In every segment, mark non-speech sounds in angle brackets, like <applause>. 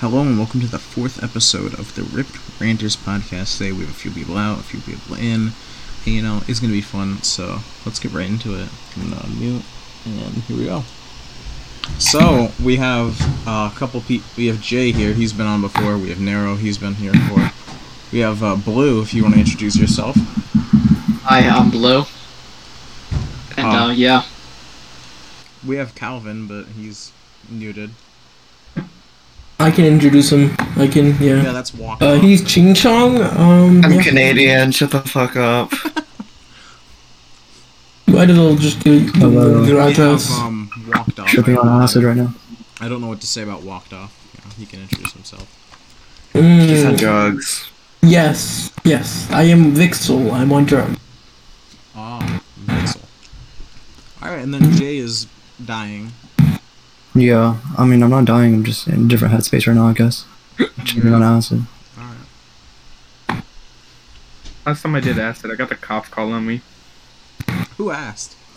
Hello and welcome to the fourth episode of the Ripped Ranters podcast. Today we have a few people out, a few people in. And, you know, it's going to be fun, so let's get right into it. I'm going to unmute, and here we go. So we have uh, a couple people. We have Jay here, he's been on before. We have Narrow, he's been here before. We have uh, Blue, if you want to introduce yourself. Hi, I'm Blue. And Oh. uh, yeah, We have Calvin, but he's muted. I can introduce him. I can, yeah. Yeah, that's Walker. Uh, he's Ching Chong. Um, I'm yeah. Canadian. Shut the fuck up. Why did I just do Hello. the We right have, house? um, walked off. tripping on acid right now. I don't know what to say about walked off. Yeah, he can introduce himself. He's on Mm, drugs. yes, yes. I am Vixel. I'm on drugs. Ah, Mixel. Alright, and then Jay is dying. Yeah, I mean, I'm not dying. I'm just in a different headspace right now, I guess. Tripping on acid. Alright. Last time I did acid, I got the cops calling on me. Who asked? <laughs>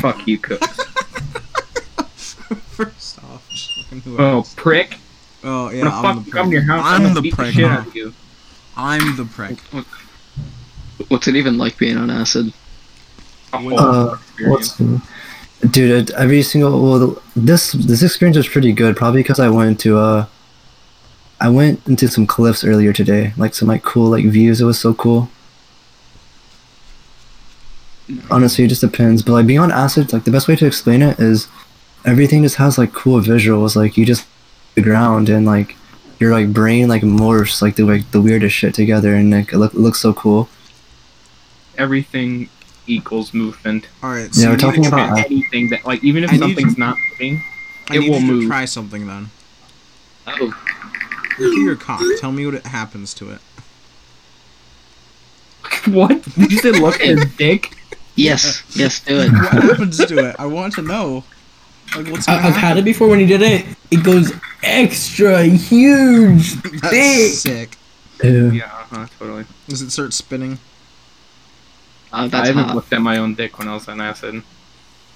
Fuck you, cook. First off, fucking who oh, asked? prick. Oh, I'm yeah, gonna I'm fuck the you come to your prick. house. I'm gonna the beat prick. shit huh? out of you. I'm the prick. what's it even like being on acid? A whole Uh, experience. what's- dude? it- Every single well, the- this this experience was pretty good. Probably because I went to uh, I went into some cliffs earlier today, like some like cool like views. It was so cool. Honestly, it just depends. But like being on acid, like the best way to explain it is everything just has like cool visuals. Like you just the ground and like your like brain like morphs like the like the weirdest shit together, and like it, look, it looks so cool. Everything equals movement. Alright, so Yeah, we're you talking need to try- about Anything that, like, even if I need something's not moving, I it need will you to move. try something then. Oh, Look at your cock. Tell me what it happens to it. what? Did you say look at his dick? yes, yes, do <laughs> it. What happens to it? I want to know. Like, what's gonna I- I've happen? had it before when he did it. It goes extra huge, That's big. sick. Ew. Yeah, uh-huh, totally. Does it start spinning? Uh, I that's haven't hot. looked at my own dick when I was on acid.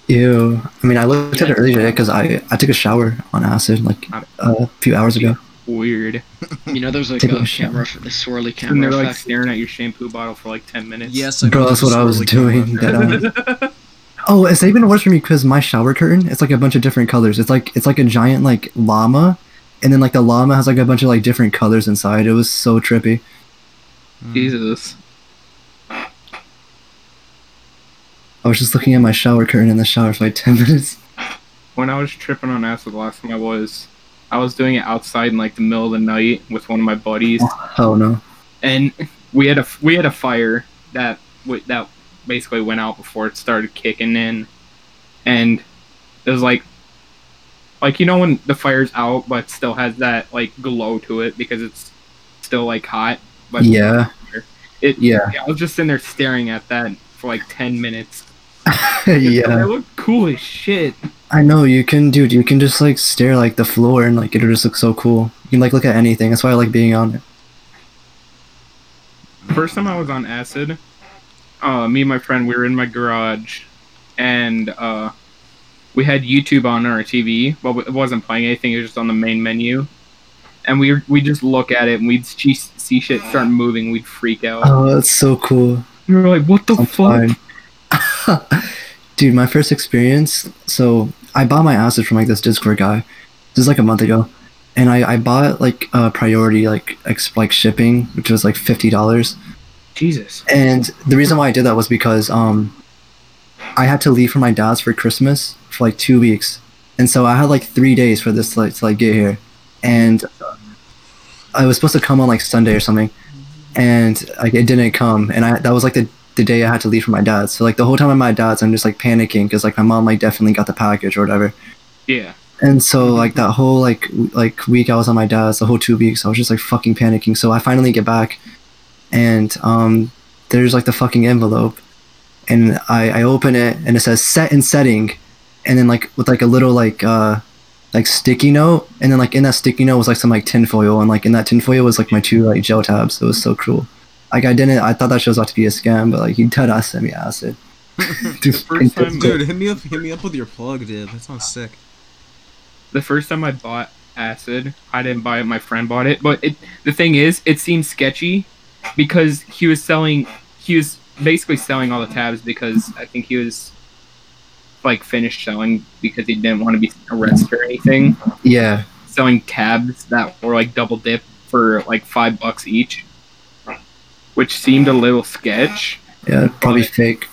Ew. I mean, I looked at it earlier today because I, I took a shower on acid like a few hours ago. Weird. You know, there's like Take a a shit. camera, f- a swirly And camera they're, like, effect. staring at your shampoo bottle for, like, 10 minutes. Yes, I Bro, went that's to what I was swirly doing. camera. That, um... Oh, it's even worse for me because my shower curtain it's like a bunch of different colors. It's like it's like a giant like llama, and then like the llama has like a bunch of like different colors inside. It was so trippy. <laughs> Jesus. I was just looking at my shower curtain in the shower for like <laughs> ten minutes. when I was tripping on acid the last time I was, I was doing it outside in like the middle of the night with one of my buddies, Oh no. and we had a we had a fire that w- that basically went out before it started kicking in, and it was like, like you know when the fire's out but still has that like glow to it because it's still like hot, but Yeah. <laughs> it Yeah. I was just in there staring at that for like ten minutes. yeah. it looked cool as shit. I know you can, dude. You can just like stare like the floor and like it'll just look so cool. You can like look at anything. That's why I like being on it. First time I was on acid, uh, me and my friend we were in my garage, and uh, we had YouTube on our TV. Well, it wasn't playing anything; it was just on the main menu. And we we just look at it, and we'd see, see shit start moving. We'd freak out. Oh, that's so cool. we were like, "What the I'm fuck?" fine. Dude, my first experience. So I bought my acid from like this Discord guy. This is like a month ago, and I I bought like uh, priority like ex- like shipping, which was like fifty dollars. Jesus. And the reason why I did that was because um, I had to leave for my dad's for Christmas for like two weeks, and so I had like three days for this to, like to like get here, and I was supposed to come on like Sunday or something, and like it didn't come, and I that was like the the day I had to leave for my dad's. So like the whole time I'm at my dad's, I'm just like panicking because like my mom like definitely got the package or whatever. Yeah. And so like that whole like w- like week I was on my dad's, the whole two weeks I was just like fucking panicking. So I finally get back, and um, there's like the fucking envelope, and I I open it and it says set and setting, and then like with like a little like uh like sticky note, and then like in that sticky note was like some like tinfoil, and like in that tinfoil was like my two like gel tabs. It was so cool. Like I didn't, I thought that shit was about to be a scam, but like he dead ass sent me acid. Dude, First time Dude, hit me up. Hit me up with your plug, dude. That sounds sick. The first time I bought acid. I didn't buy it. My friend bought it. But it, the thing is, it seems sketchy because he was selling. He was basically selling all the tabs because I think he was like finished selling because he didn't want to be arrested or anything. <laughs> Yeah. Selling tabs that were like double dip for like five bucks each, which seemed a little sketch. Yeah. Probably fake.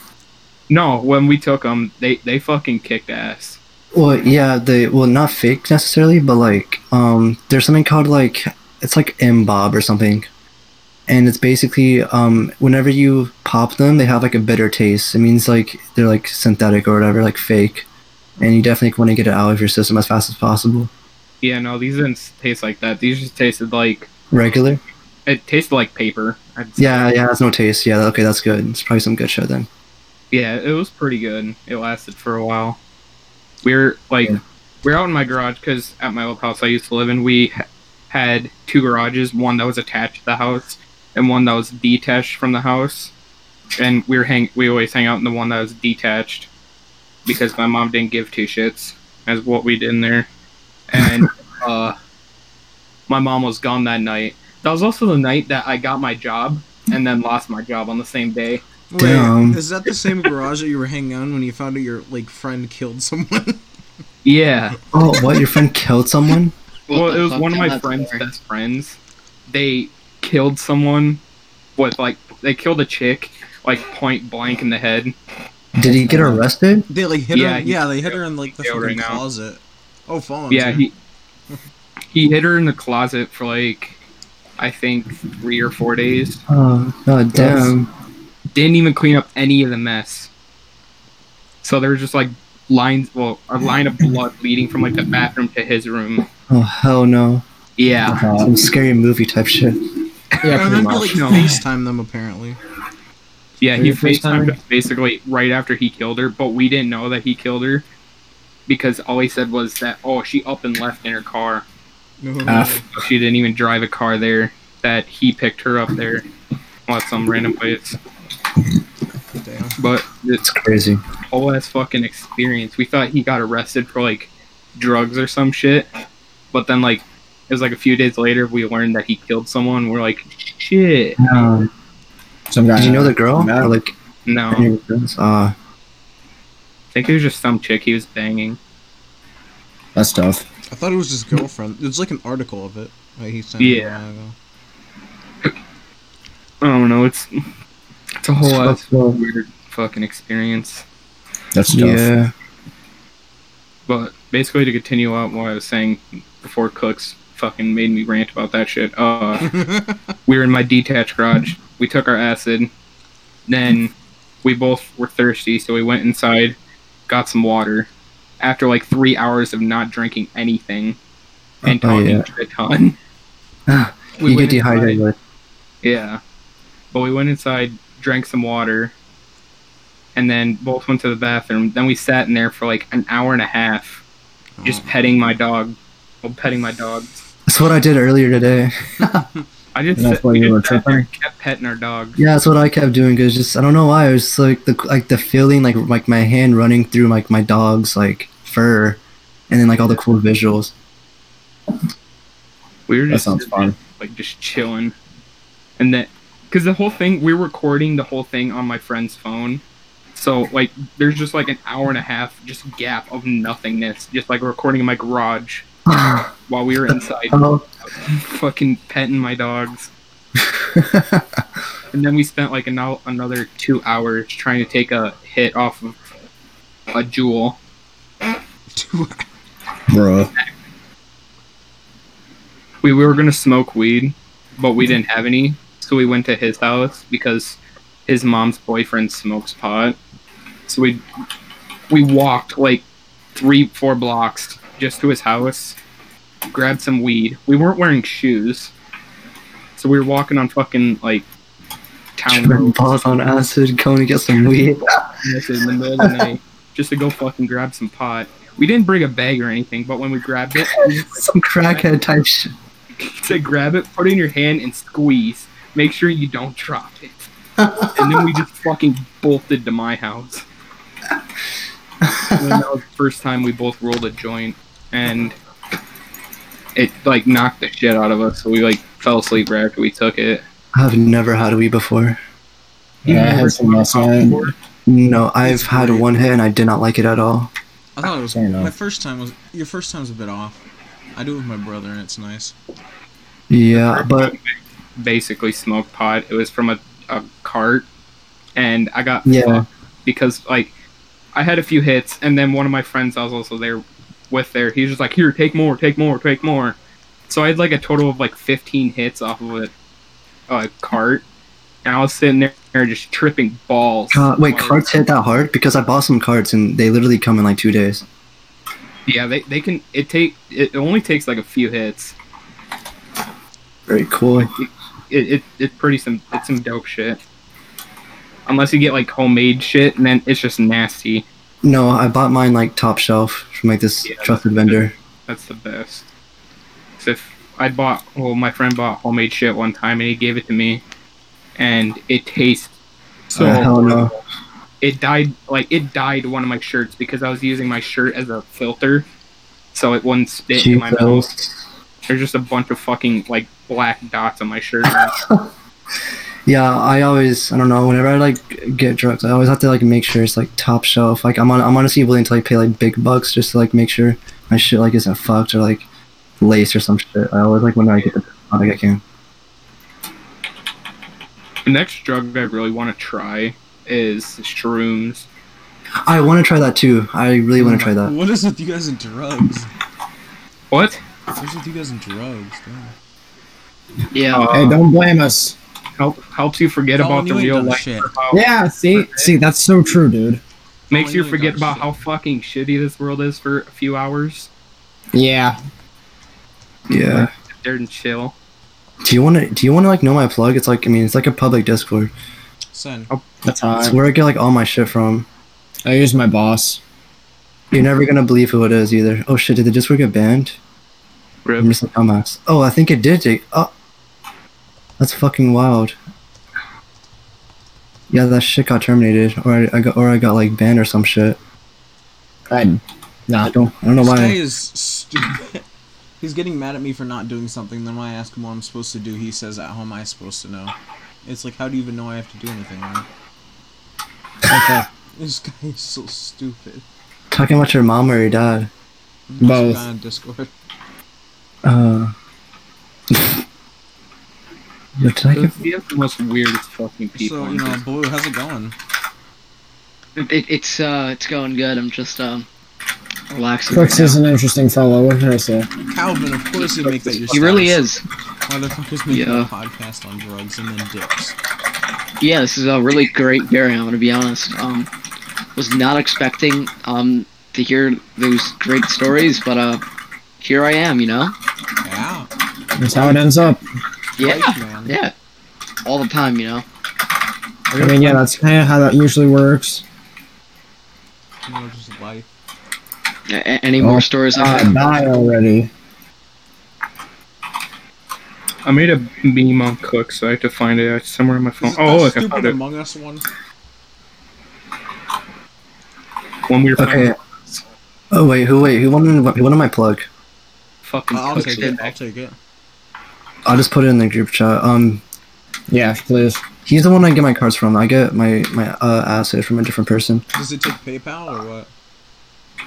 No, when we took them, they they fucking kicked ass. Well, yeah, they well not fake necessarily, but like um, there's something called like it's like Mbob or something, and it's basically um, whenever you pop them, they have like a bitter taste. It means like they're like synthetic or whatever, like fake, and you definitely want to get it out of your system as fast as possible. Yeah, no, these didn't taste like that. These just tasted like Regular? it tasted like paper. I'd say. Yeah, yeah, it's no taste. Yeah, okay, that's good. It's probably some good shit then. yeah, it was pretty good. It lasted for a while. We were like, Yeah. we were out in my garage because at my old house I used to live in, we h- had two garages, one that was attached to the house and one that was detached from the house. And we were hang, we always hang out in the one that was detached because my mom didn't give two shits as what we did in there. And uh, my mom was gone that night. That was also the night that I got my job and then lost my job on the same day. Wait, Damn. is that the same garage that you were hanging out in when you found out your like friend killed someone? Yeah. Oh, what? Your friend killed someone? What well, the it was fuck? one of I'm my not friend's sorry. best friends. They killed someone with like they killed a chick like point blank in the head. Did he get arrested? <laughs> They like hit Yeah, her. he- Yeah, they hit her in like the Yeah, fucking right now. closet. Oh, fallen. yeah, he he hid her in the closet for like I think three or four days. Oh, god damn. Didn't even clean up any of the mess. So there was just like lines, well, a line of blood leading from like the bathroom to his room. Oh, hell no. Yeah, Some scary movie type shit. I Yeah, pretty remember much. like No. FaceTime them apparently. yeah. Were He you first FaceTimed timer? us basically right after he killed her, but we didn't know that he killed her because all he said was that oh she up and left in her car. F. She didn't even drive a car there. That he picked her up there, on some random place. Damn. But it's It's crazy. whole ass fucking experience. We thought he got arrested for like drugs or some shit, but then like it was like a few days later we learned that he killed someone. We're like, shit, Um, Some guy. Did you know the girl? No. Or like no. any I of your friends? Uh, think it was just some chick he was banging. That's tough. I thought it was his girlfriend. There's like an article of it. Like he sent Yeah. Me a while ago. I don't know. It's it's a whole It's ass fucked up. weird fucking experience. That's tough. yeah. But basically, to continue on what I was saying before Cooks fucking made me rant about that shit, <laughs> uh, <laughs> we were in my detached garage. We took our acid. Then we both were thirsty, so we went inside, got some water. After like three hours of not drinking anything and Oh, talking yeah. a ton, <sighs> you we get went inside. dehydrated. like, Yeah. But we went inside, drank some water, and then both went to the bathroom. Then we sat in there for like an hour and a half, just Oh. petting my dog. Well, petting my dogs. That's what I did earlier today. I just, And that's sit- why we you just were sat there tripping? and kept petting our dogs. Yeah, that's what I kept doing. Cause just I don't know why. It was like the like the feeling, like like my hand running through like my dog's like fur, and then like all the cool visuals. We were That just sounds fun. like just chilling, and then because the whole thing we were recording the whole thing on my friend's phone, so like there's just like an hour and a half just gap of nothingness, just like recording in my garage oh, <laughs> while we were inside fucking petting my dogs. and then we spent like an, another two hours trying to take a hit off of a jewel. Two- Bruh. We, we were gonna smoke weed, but we didn't have any, so we went to his house because his mom's boyfriend smokes pot. So we we walked like three four blocks just to his house, grabbed some weed. We weren't wearing shoes, so we were walking on fucking like town roads. balls on acid, going to get some weed. <laughs> this in the middle of the night just to go fucking grab some pot. We didn't bring a bag or anything, but when we grabbed it, <laughs> we some crackhead type shit. said grab it, put it in your hand, and squeeze. Make sure you don't drop it. and then we just fucking bolted to my house. And then that was the first time we both rolled a joint, and it like knocked the shit out of us, so we like fell asleep right after we took it. I've never had a weed before. Yeah, I had some last night. No, I've had one hit and I did not like it at all. I thought it was Fair enough. my first time was your first time's a bit off. I do it with my brother and it's nice. Yeah, but basically smoked pot. It was from a, a cart, and I got Yeah. fucked because like I had a few hits, and then one of my friends I was also there with there. He was just like, "Here, take more, take more, take more." So I had like a total of like 15 hits off of a, a cart, and I was sitting there just tripping balls. uh, wait, While- carts hit that hard because I bought some carts and they literally come in like two days. Yeah, they, they can. It take it only takes like a few hits. Very cool. it, it it's pretty some it's some dope shit. Unless you get like homemade shit, and then it's just nasty. No, I bought mine like top shelf from like this Yeah. trusted vendor. That's the best. So if I bought, well, my friend bought homemade shit one time, and he gave it to me, and it tastes so. Uh, hell no. It dyed like it dyed one of my shirts because I was using my shirt as a filter, so it wouldn't spit in my mouth. Jesus. There's just a bunch of fucking like black dots on my <laughs> shirt. Yeah, I always I don't know, whenever I like get drugs, I always have to like make sure it's like top shelf. Like I'm on, I'm honestly willing to like pay like big bucks just to like make sure my shit like isn't fucked or like laced or some shit. I always like when I get the product I can. the next drug I really want to try is shrooms. I wanna try that too. I really wanna try that. What is with you guys and drugs? What? What's with you guys and drugs? Damn. Yeah. Uh, Hey, don't blame us. help helps you forget Oh, about the you ain't real done life. shit. about- Yeah, see, see, that's so true, dude. Makes Oh, you you ain't forget done about shit. how fucking shitty this world is for a few hours. Yeah, Yeah. Sit there and chill. Do you wanna do you wanna like know my plug? It's like I mean it's like a public Discord. Son, It's that's hot. where I get like all my shit from. I use my boss. You're never gonna believe who it is either. Oh shit, did the Discord get banned? Rip. I'm just like, dumbass. Oh, I think it did take. Oh, that's fucking wild. Yeah, that shit got terminated, or I, I got, or I got like banned or some shit. I, nah, I don't, I don't know this guy why. is stupid. <laughs> He's getting mad at me for not doing something. Then when I ask him what I'm supposed to do, he says, "At home, I'm supposed to know." It's like, how do you even know I have to do anything? Man? okay. <laughs> This guy is so stupid. Talking about your mom or your dad. Both. This guy on Discord. Uh. <laughs> Yo, did I <laughs> get? Those- They're the most weirdest fucking people. So you know, Blue, how's it going? It, it's uh, it's going good. I'm just um, relaxing. Crooks right is an interesting fellow. What can I say? Calvin, of course you make that now. your. He really status. is. Motherfuckers making Yeah. a podcast on drugs and then dips. Yeah, this is a really great bearing. I'm gonna be honest. Um, was not expecting um to hear those great stories, but uh, here I am. You know. Yeah. That's how it ends up. Yeah. Life, man. Yeah. All the time, you know. I mean, yeah, that's kind of how that usually works. You know, just life. A- any Oh, more stories? I Uh, have? die already. I made a meme on Cook, so I have to find it It's somewhere on my phone. Is it Oh, that look, I stupid found it. Among Us one. When we were Okay. playing Oh wait, who wait? Who wanted? Who wanted my plug? fucking I'll Cook take shit it. I'll take it. I'll just put it in the group chat. Um, Yeah, please. he's the one I get my cards from. I get my my uh, acid from a different person. Does it take PayPal or what?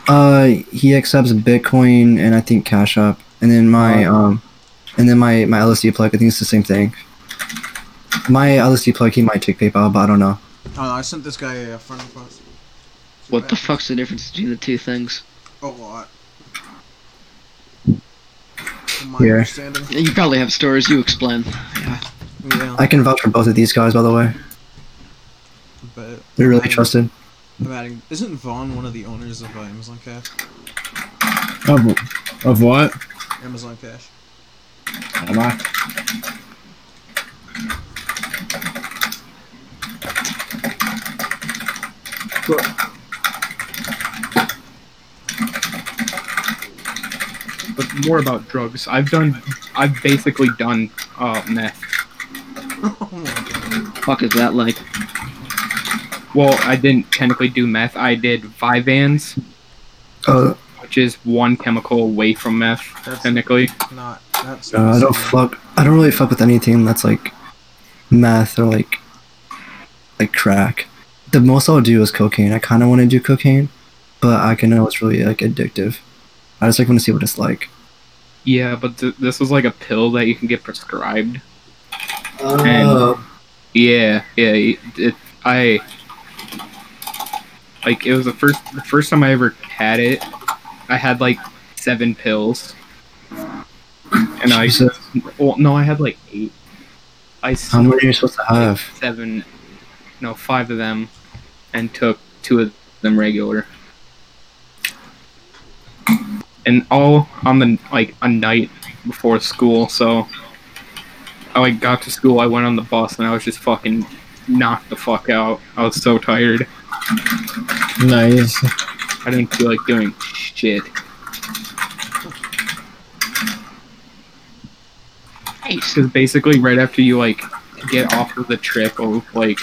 Uh, he accepts Bitcoin and I think Cash App, and then my um, and then my my LSD plug. I think it's the same thing. My LSD plug, he might take PayPal, but I don't know. Oh, I sent this guy a friend request. What the fuck's the difference between the two things? A lot. From my Here. understanding. You probably have stories. You explain. Yeah, I can vouch for both of these guys, by the way. but They're really trusted. I'm adding. Isn't Vaughn one of the owners of uh, Amazon Cash? Of, of what? Amazon Cash. <laughs> Am I? But more about drugs. I've done. I've basically done uh, meth. oh my god. Fuck is that like? Well, I didn't technically do meth. I did Vyvanse. Oh, which is one chemical away from meth, That's technically. not. That's Uh, I don't fuck. I don't really fuck with anything that's like meth or like like crack. The most I'll do is cocaine. I kind of want to do cocaine, but I can know it's really like addictive. I just like want to see what it's like. Yeah, but th- this was like a pill that you can get prescribed. Oh, Yeah, yeah. It, it, I like it was the first the first time I ever had it. I had like seven pills, and I Jesus. well, no, I had like eight. I how many are you smoked supposed to have? seven, no, five of them, and took two of them regular. And all on the like a night before school, so I like got to school. I went on the bus and I was just fucking knocked the fuck out. I was so tired. Nice. I didn't feel like doing shit. Nice. Because basically, right after you like get off of the trip of like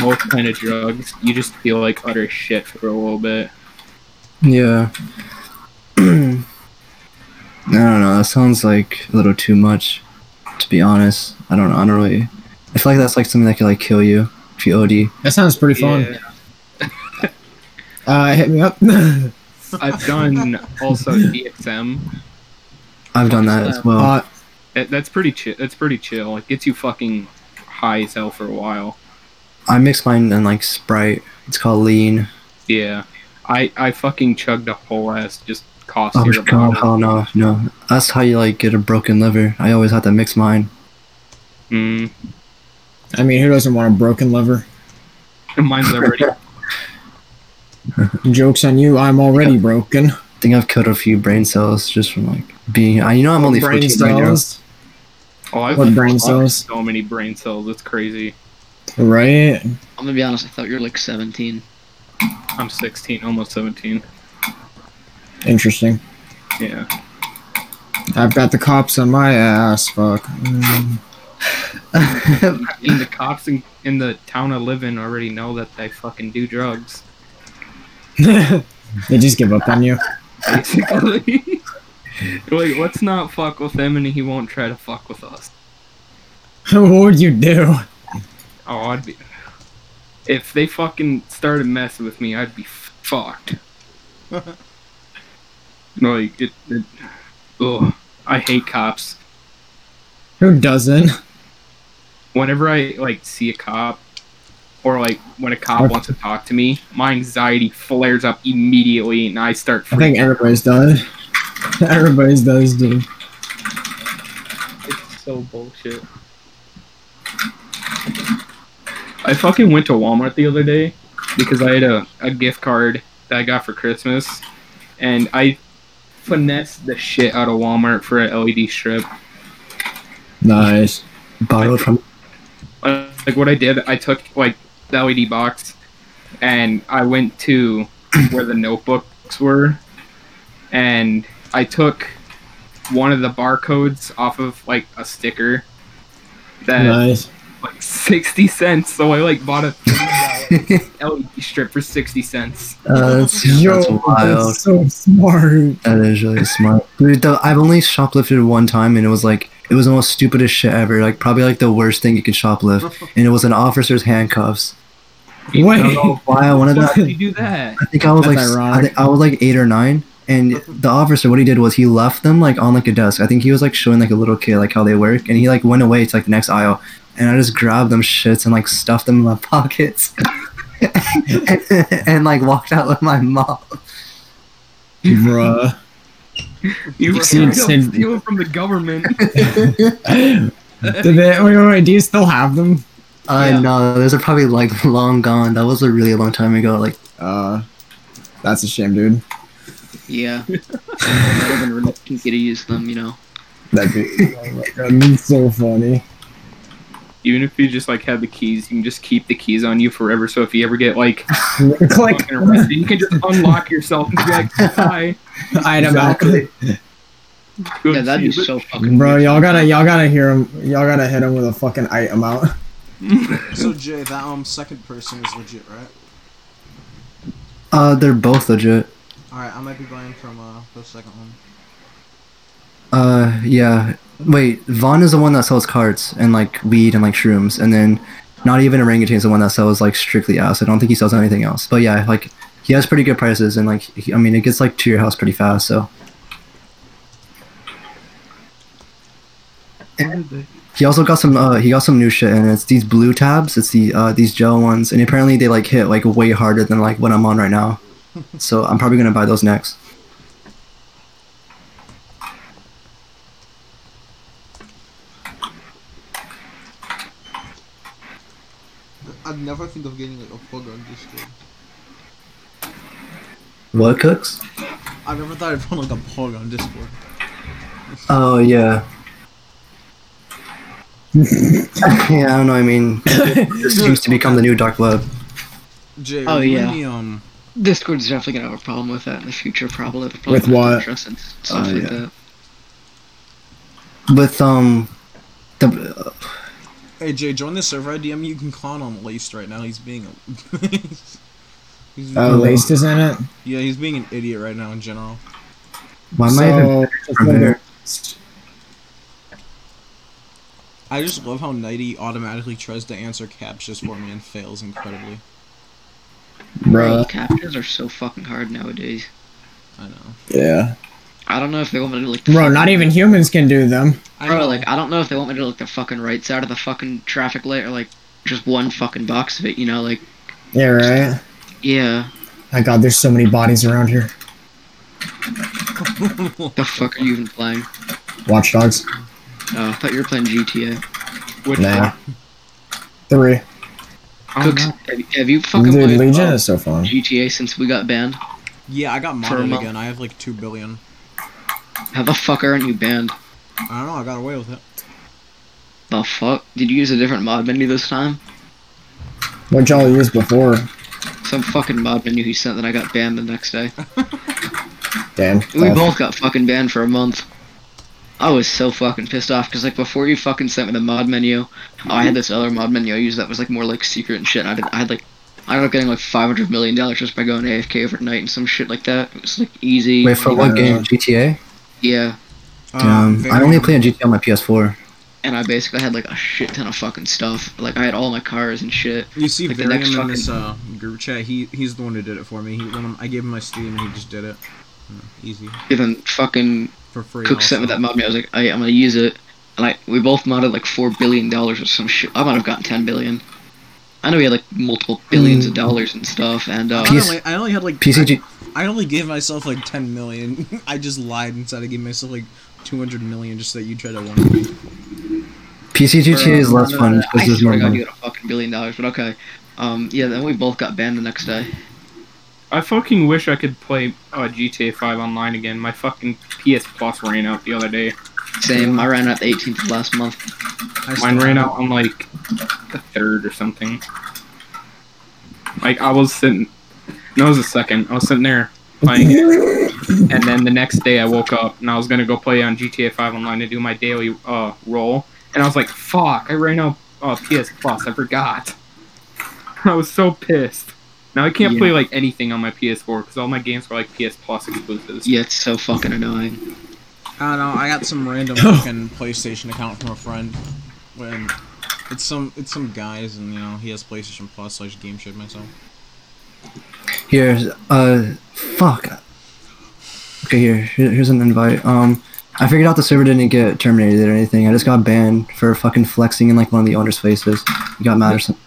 most kind of drugs, you just feel like utter shit for a little bit. Yeah. <clears throat> I don't know. That sounds like a little too much. To be honest, I don't know. I don't really. I feel like that's like something that could like kill you if you OD. That sounds pretty fun. Uh, hit me up. <laughs> I've done also DXM. I've done that as well. uh, That, that's pretty chill. That's pretty chill. It gets you fucking high as hell for a while. I mix mine in like Sprite. It's called Lean. Yeah, I I fucking chugged a whole ass just cough Oh syrup. god, hell bottle. no, no. That's how you like get a broken liver. I always have to mix mine. Mm, I mean, who doesn't want a broken liver? mine's <laughs> already. Joke's on you. I'm already broken. I think I've killed a few brain cells just from like being. I you know I'm only Brain 14 right now. cells. Oh, I've What brain I've cells? So many brain cells. It's crazy. Right? I'm gonna be honest. I thought you were like 17. I'm 16, almost 17. Interesting. Yeah. I've got the cops on my ass. Fuck. Mm. And the cops in, in the town I live in already know that they fucking do drugs. <laughs> they just give up on you. <laughs> Basically. <laughs> like, let's not fuck with him and he won't try to fuck with us. what would you do? Oh, I'd be. If they fucking started messing with me, I'd be fucked. like, it. it ugh. I hate cops. Who doesn't? whenever I like see a cop or like when a cop wants to talk to me, my anxiety flares up immediately and I start I think freaking. everybody's done. <laughs> Everybody's does, dude. It's so bullshit. I fucking went to Walmart the other day because I had a, a gift card that I got for Christmas and I finessed the shit out of Walmart for an LED strip. Nice. Borrowed <laughs> from. <laughs> Uh, like what I did, I took like the LED box, and I went to where the notebooks were, and I took one of the barcodes off of like a sticker that Nice. like sixty cents. So I like bought a $3 LED strip for sixty cents. Uh, that's, Yo, that's wild. that's so smart. That is really smart. Dude, though, I've only shoplifted one time, and it was like it was the most stupidest shit ever. Like probably like the worst thing you could <laughs> shoplift, and it was an officer's handcuffs. I don't Wait. know why I wanted Why that. did <laughs> you do that? I think I was That's like I, ironic. think I was like eight or nine, and the officer what he did was he left them like on like a desk. I think he was like showing like a little kid like how they work, and he like went away to like the next aisle, and I just grabbed them shits and like stuffed them in my <laughs> pockets, and, like walked out with my mom. Bruh. You were Sid- Sid- stealing from the government. <laughs> <laughs> Did they, wait, wait, wait. Do you still have them? I Yeah. know those are probably like long gone. That was a really long time ago. Like Uh, that's a shame, dude. <laughs> Yeah. I would have been really easy to use them, you know. That'd be. <laughs> Oh my god, that's so funny. <laughs> Even if you just like had the keys, you can just keep the keys on you forever. So if you ever get like Click. fucking arrested. You can just unlock yourself and be like, hi. Item out. Good Yeah, that'd to be see you. so fucking. Bro, y'all gotta, y'all gotta hear him. Y'all gotta hit him with a fucking item out. So Jay, that um second person is legit, right? Uh, they're both legit. Alright, I might be buying from uh, the second one. Uh, yeah. Wait, Vaughn is the one that sells carts and like weed and like shrooms, and then not even orangutan is the one that sells like strictly acid. I don't think he sells anything else. But yeah, like he has pretty good prices, and like he, I mean, it gets like to your house pretty fast. So he also got some. Uh, he got some new shit, and it's these blue tabs. It's the uh, these gel ones, and apparently they like hit like way harder than like what I'm on right now. So I'm probably gonna buy those next. I'd never think of getting like a plug on Discord. What cooks? I never thought I'd run like a plug on Discord. Oh yeah. <laughs> yeah, I don't know. I mean, <laughs> this seems to become the new dark web. Jay, Oh, remind yeah. me, um, Discord's definitely gonna have a problem with that in the future, probably. They're probably With gonna have what? interest and Stuff Oh, like yeah. that. With um, the uh, Hey Jay, join the server. I DM you. You can con on Laced right now. He's being a. <laughs> he's, Oh, Laced is in it. yeah, he's being an idiot right now in general. why am so, I even it's from like there? I just love how Nighty automatically tries to answer captures for me and fails incredibly. Bruh. Captures are so fucking hard nowadays. I know. Yeah. I don't know if they want me to like. the Bro, fucking- not even humans can do them. I Bro, know. like I don't know if they want me to like the fucking right side of the fucking traffic light or like just one fucking box of it. You know, like Yeah, right? yeah. My god, there's so many bodies around here. The fuck are you even playing? Watch Dogs. Oh, I thought you were playing GTA. Which Nah. Three. I don't Cooks, know. have, have you fucking Dude, played Legion uh, is so fun. GTA since we got banned? yeah, I got modded Turmo. again. I have like two billion. How the fuck aren't you banned? I don't know. I got away with it. The fuck? Did you use a different mod menu this time? What y'all used before. Some fucking mod menu he sent that I got banned the next day. Damn. We Uh, both got fucking banned for a month. I was so fucking pissed off because like before you fucking sent me the mod menu, I had this other mod menu I used that was like more like secret and shit. And I did I had like I ended up getting like five hundred million dollars just by going AFK overnight and some shit like that. It was like easy. Wait for what uh, game? GTA. Yeah, uh, Uh, Um, I very- only play on GTA on my PS4. and I basically had like a shit ton of fucking stuff. Like I had all my cars and shit. You see, like, the Varian next in fucking- this uh, group chat. He he's the one who did it for me. He when I'm- I gave him my Steam and he just did it. Mm, Easy And then fucking for free. Cook sent me also. that mod menu. I was like, I, I'm gonna use it. And I we both modded like four billion dollars or some shit. I might have gotten ten billion. I know we had like multiple billions Mm. of dollars and stuff. And uh, I only, I only had like PCG. I only gave myself like 10 million. <laughs> I just lied and said I gave myself like 200 million just that you tried to one me. PC GTA is less Uh, fun I because there's swear more to God, you money. got a fucking billion dollars, but okay. Um, yeah, then we both got banned the next day. I fucking wish I could play uh, GTA 5 online again. My fucking PS Plus ran out the other day. Same. I ran out the 18th of last month. I Mine still- ran out on like the third or something. Like I was sitting, no, it was the second. I was sitting there playing it, and then the next day I woke up and I was gonna go play on GTA 5 online to do my daily uh roll, and I was like, "Fuck! I ran out uh, PS Plus. I forgot." <laughs> I was so pissed. Now I can't Yeah. play like anything on my PS4 because all my games were like PS Plus exclusives. Yeah, it's so fucking annoying. I don't know. I got some random fucking PlayStation account from a friend. When it's some it's some guys and you know he has PlayStation Plus, so I just game shit myself. Here, uh, fuck. Okay, here, here- here's an invite. Um, I figured out the server didn't get terminated or anything. I just got banned for fucking flexing in like one of the owners' faces. You got mad or something.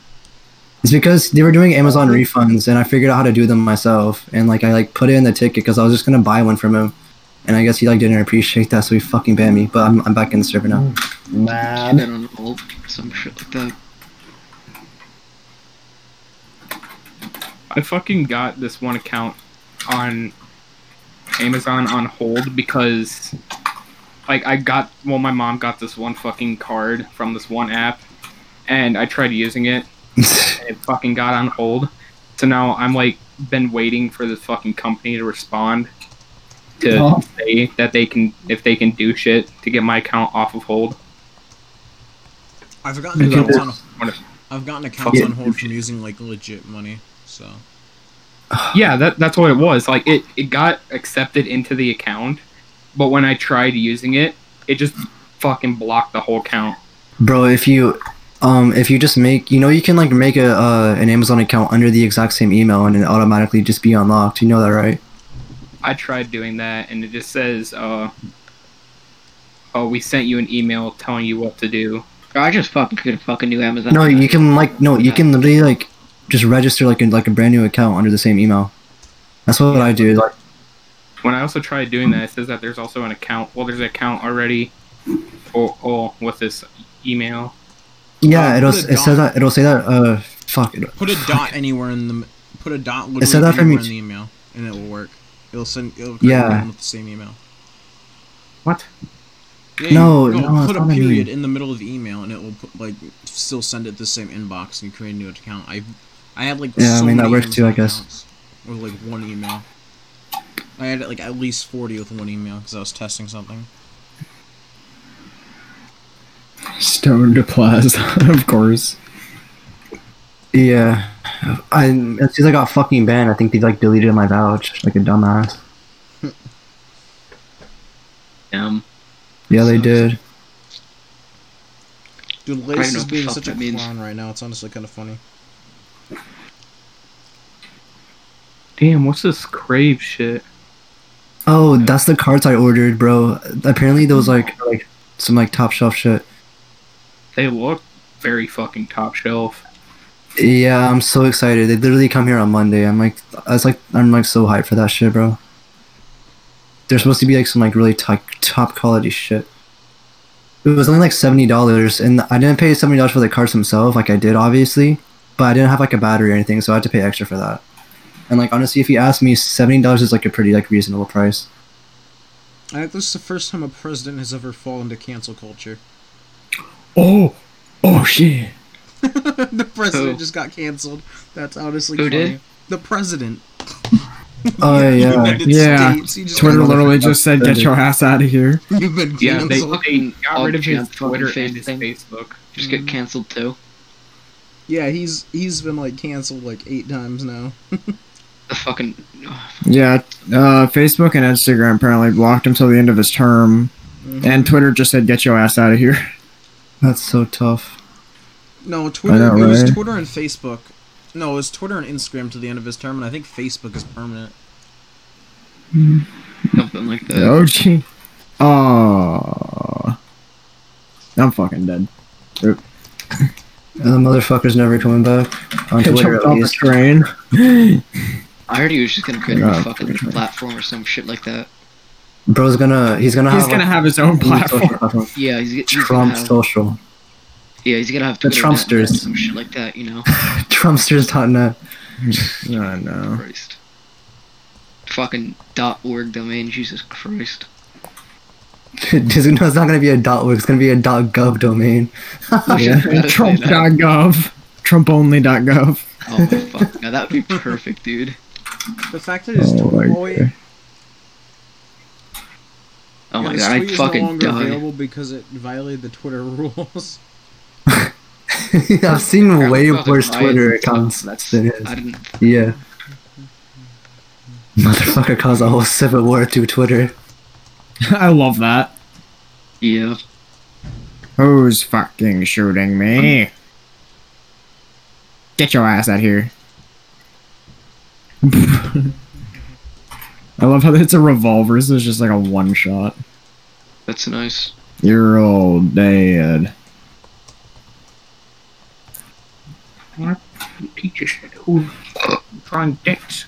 It's because they were doing Amazon refunds, and I figured out how to do them myself. And like, I like put in the ticket because I was just gonna buy one from him, and I guess he like didn't appreciate that, so he fucking banned me. But I'm, I'm back in the server now. <laughs> And Mad. then on alt, some shit like that. I fucking got this one account on Amazon on hold because like I got well my mom got this one fucking card from this one app and I tried using it and it fucking got on hold. So now I'm like been waiting for this fucking company to respond to Oh. say that they can if they can do shit to get my account off of hold. I've gotten Okay. accounts on Wanna- I've gotten accounts Yeah. on hold from using like legit money. So yeah, that that's what it was. Like it, it got accepted into the account, but when I tried using it, it just fucking blocked the whole account. Bro, if you um if you just make you know you can like make a uh, an Amazon account under the exact same email and it automatically just be unlocked. You know that, right? I tried doing that, and it just says, uh, "Oh, we sent you an email telling you what to do." I just fucking could have fucking new Amazon. No, you can like no, you can literally like just register like a, like a brand new account under the same email. That's what I do. Like, When I also tried doing that, it says that there's also an account. Well, there's an account already. Oh, oh with this email. yeah, Oh, it'll put a it says that it'll say that uh fuck it. Put a dot anywhere in the put a dot literally said that for anywhere me in the email, and it will work. It'll send. It'll Yeah. yeah. with the same email. What? Yeah, you- No, no, it's Put a not what I period in the middle of the email, and it will put, like still send it the same inbox, and you create a new account. I, I have like Yeah, I so mean, that many works too, I Amazon guess. accounts With like one email. I had like at least forty with one email because I was testing something. Stoned applause, of course. Yeah, I as soon as I got fucking banned, I think they like deleted my vouch like a dumbass. Um, Yeah, they did. Dude, I don't Lace is know what the being fuck such a that means. clown right now. It's honestly kind of funny. Damn, what's this crave shit? Oh, that's the cards I ordered, bro. Apparently, those like like some like top shelf shit. They look very fucking top shelf. Yeah, I'm so excited. They literally come here on Monday. I'm like, I was like, I'm like so hyped for that shit, bro. They're supposed to be like some like really top top quality shit. It was only like seventy dollars, and I didn't pay seventy dollars for the cards themselves, like I did obviously, but I didn't have like a battery or anything, so I had to pay extra for that. And like honestly, if you ask me, seventy dollars is like a pretty like reasonable price. I think this is the first time a president has ever fallen to cancel culture. Oh, oh shit. <laughs> the president Who? just got canceled. That's honestly Who funny. did? The president. Oh of the yeah, United yeah. States. He just <laughs> Twitter got- literally just said, "Get your ass out of here." <laughs> You've been Yeah, they, canceled. they got rid of his Fucking fucking Twitter face and his thing. Facebook. just get canceled too. Yeah, he's he's been like canceled like eight times now. The fucking <sighs> Yeah, uh, Facebook and Instagram apparently blocked him till the end of his term, and Twitter just said, "Get your ass out of here." Mm-hmm. that's so tough. No, Twitter. know, It was right? Twitter and Facebook. No, it was Twitter and Instagram to the end of his term, and I think Facebook is permanent. something like that. Oh gee. Oh. I'm fucking dead. And the motherfucker's never coming back on I Twitter. At jumped off the least. train. I heard he was just gonna create a Yeah, new fucking pretty much. platform or some shit like that. Bro's gonna he's gonna He's have gonna like, have his own <laughs> a new social platform. platform. Yeah, he's, he's gonna Trump have, social. yeah, he's gonna have The Twitter net and Trumpsters. some shit like that. <laughs> You know, Trumpsters.net. I know. Christ, fucking dot org domain. Jesus Christ. Disney no, it's not gonna be a .org. It's gonna be a .gov domain. Yeah. <laughs> Gotta say that. Trump.gov. Trumponly.gov. <laughs> Oh fuck, now that would be perfect, dude. The fact that his Oh, Twitter, okay. yeah, Oh my his god, I tweet is no fucking longer die. available because it violated the Twitter <laughs> rules. I've seen way Grandfather worse died. Twitter accounts than his. I didn't. Yeah. Motherfucker caused a whole civil war through Twitter. <laughs> I love that. Yeah, Who's fucking shooting me? Get your ass out <laughs> here. I love how it's a revolver, so it's just like a one shot. that's nice. You're all dead. Teacher shit. Who drawing dicks?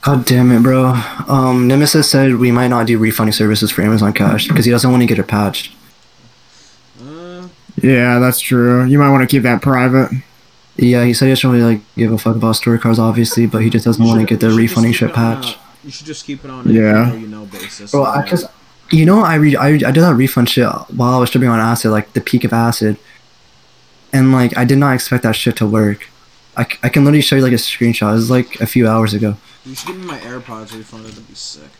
God damn it, bro. Um, Nemesis said we might not do refunding services for Amazon Cash because he doesn't want to get it patched. Uh, Yeah, that's true. You might want to keep that private. Yeah, he said he doesn't really like give a fuck about store cards, obviously, but he just doesn't want to get the you should just refunding keep shit it on a- patched. You should just keep it on. a Yeah. know You know, basis. Bro, I cause you know I read I, I did that refund shit while I was tripping on acid, like the peak of acid, and like I did not expect that shit to work. I, c- I can literally show you like a screenshot. It was like a few hours ago. You should give me my AirPods refunded. That'd be sick.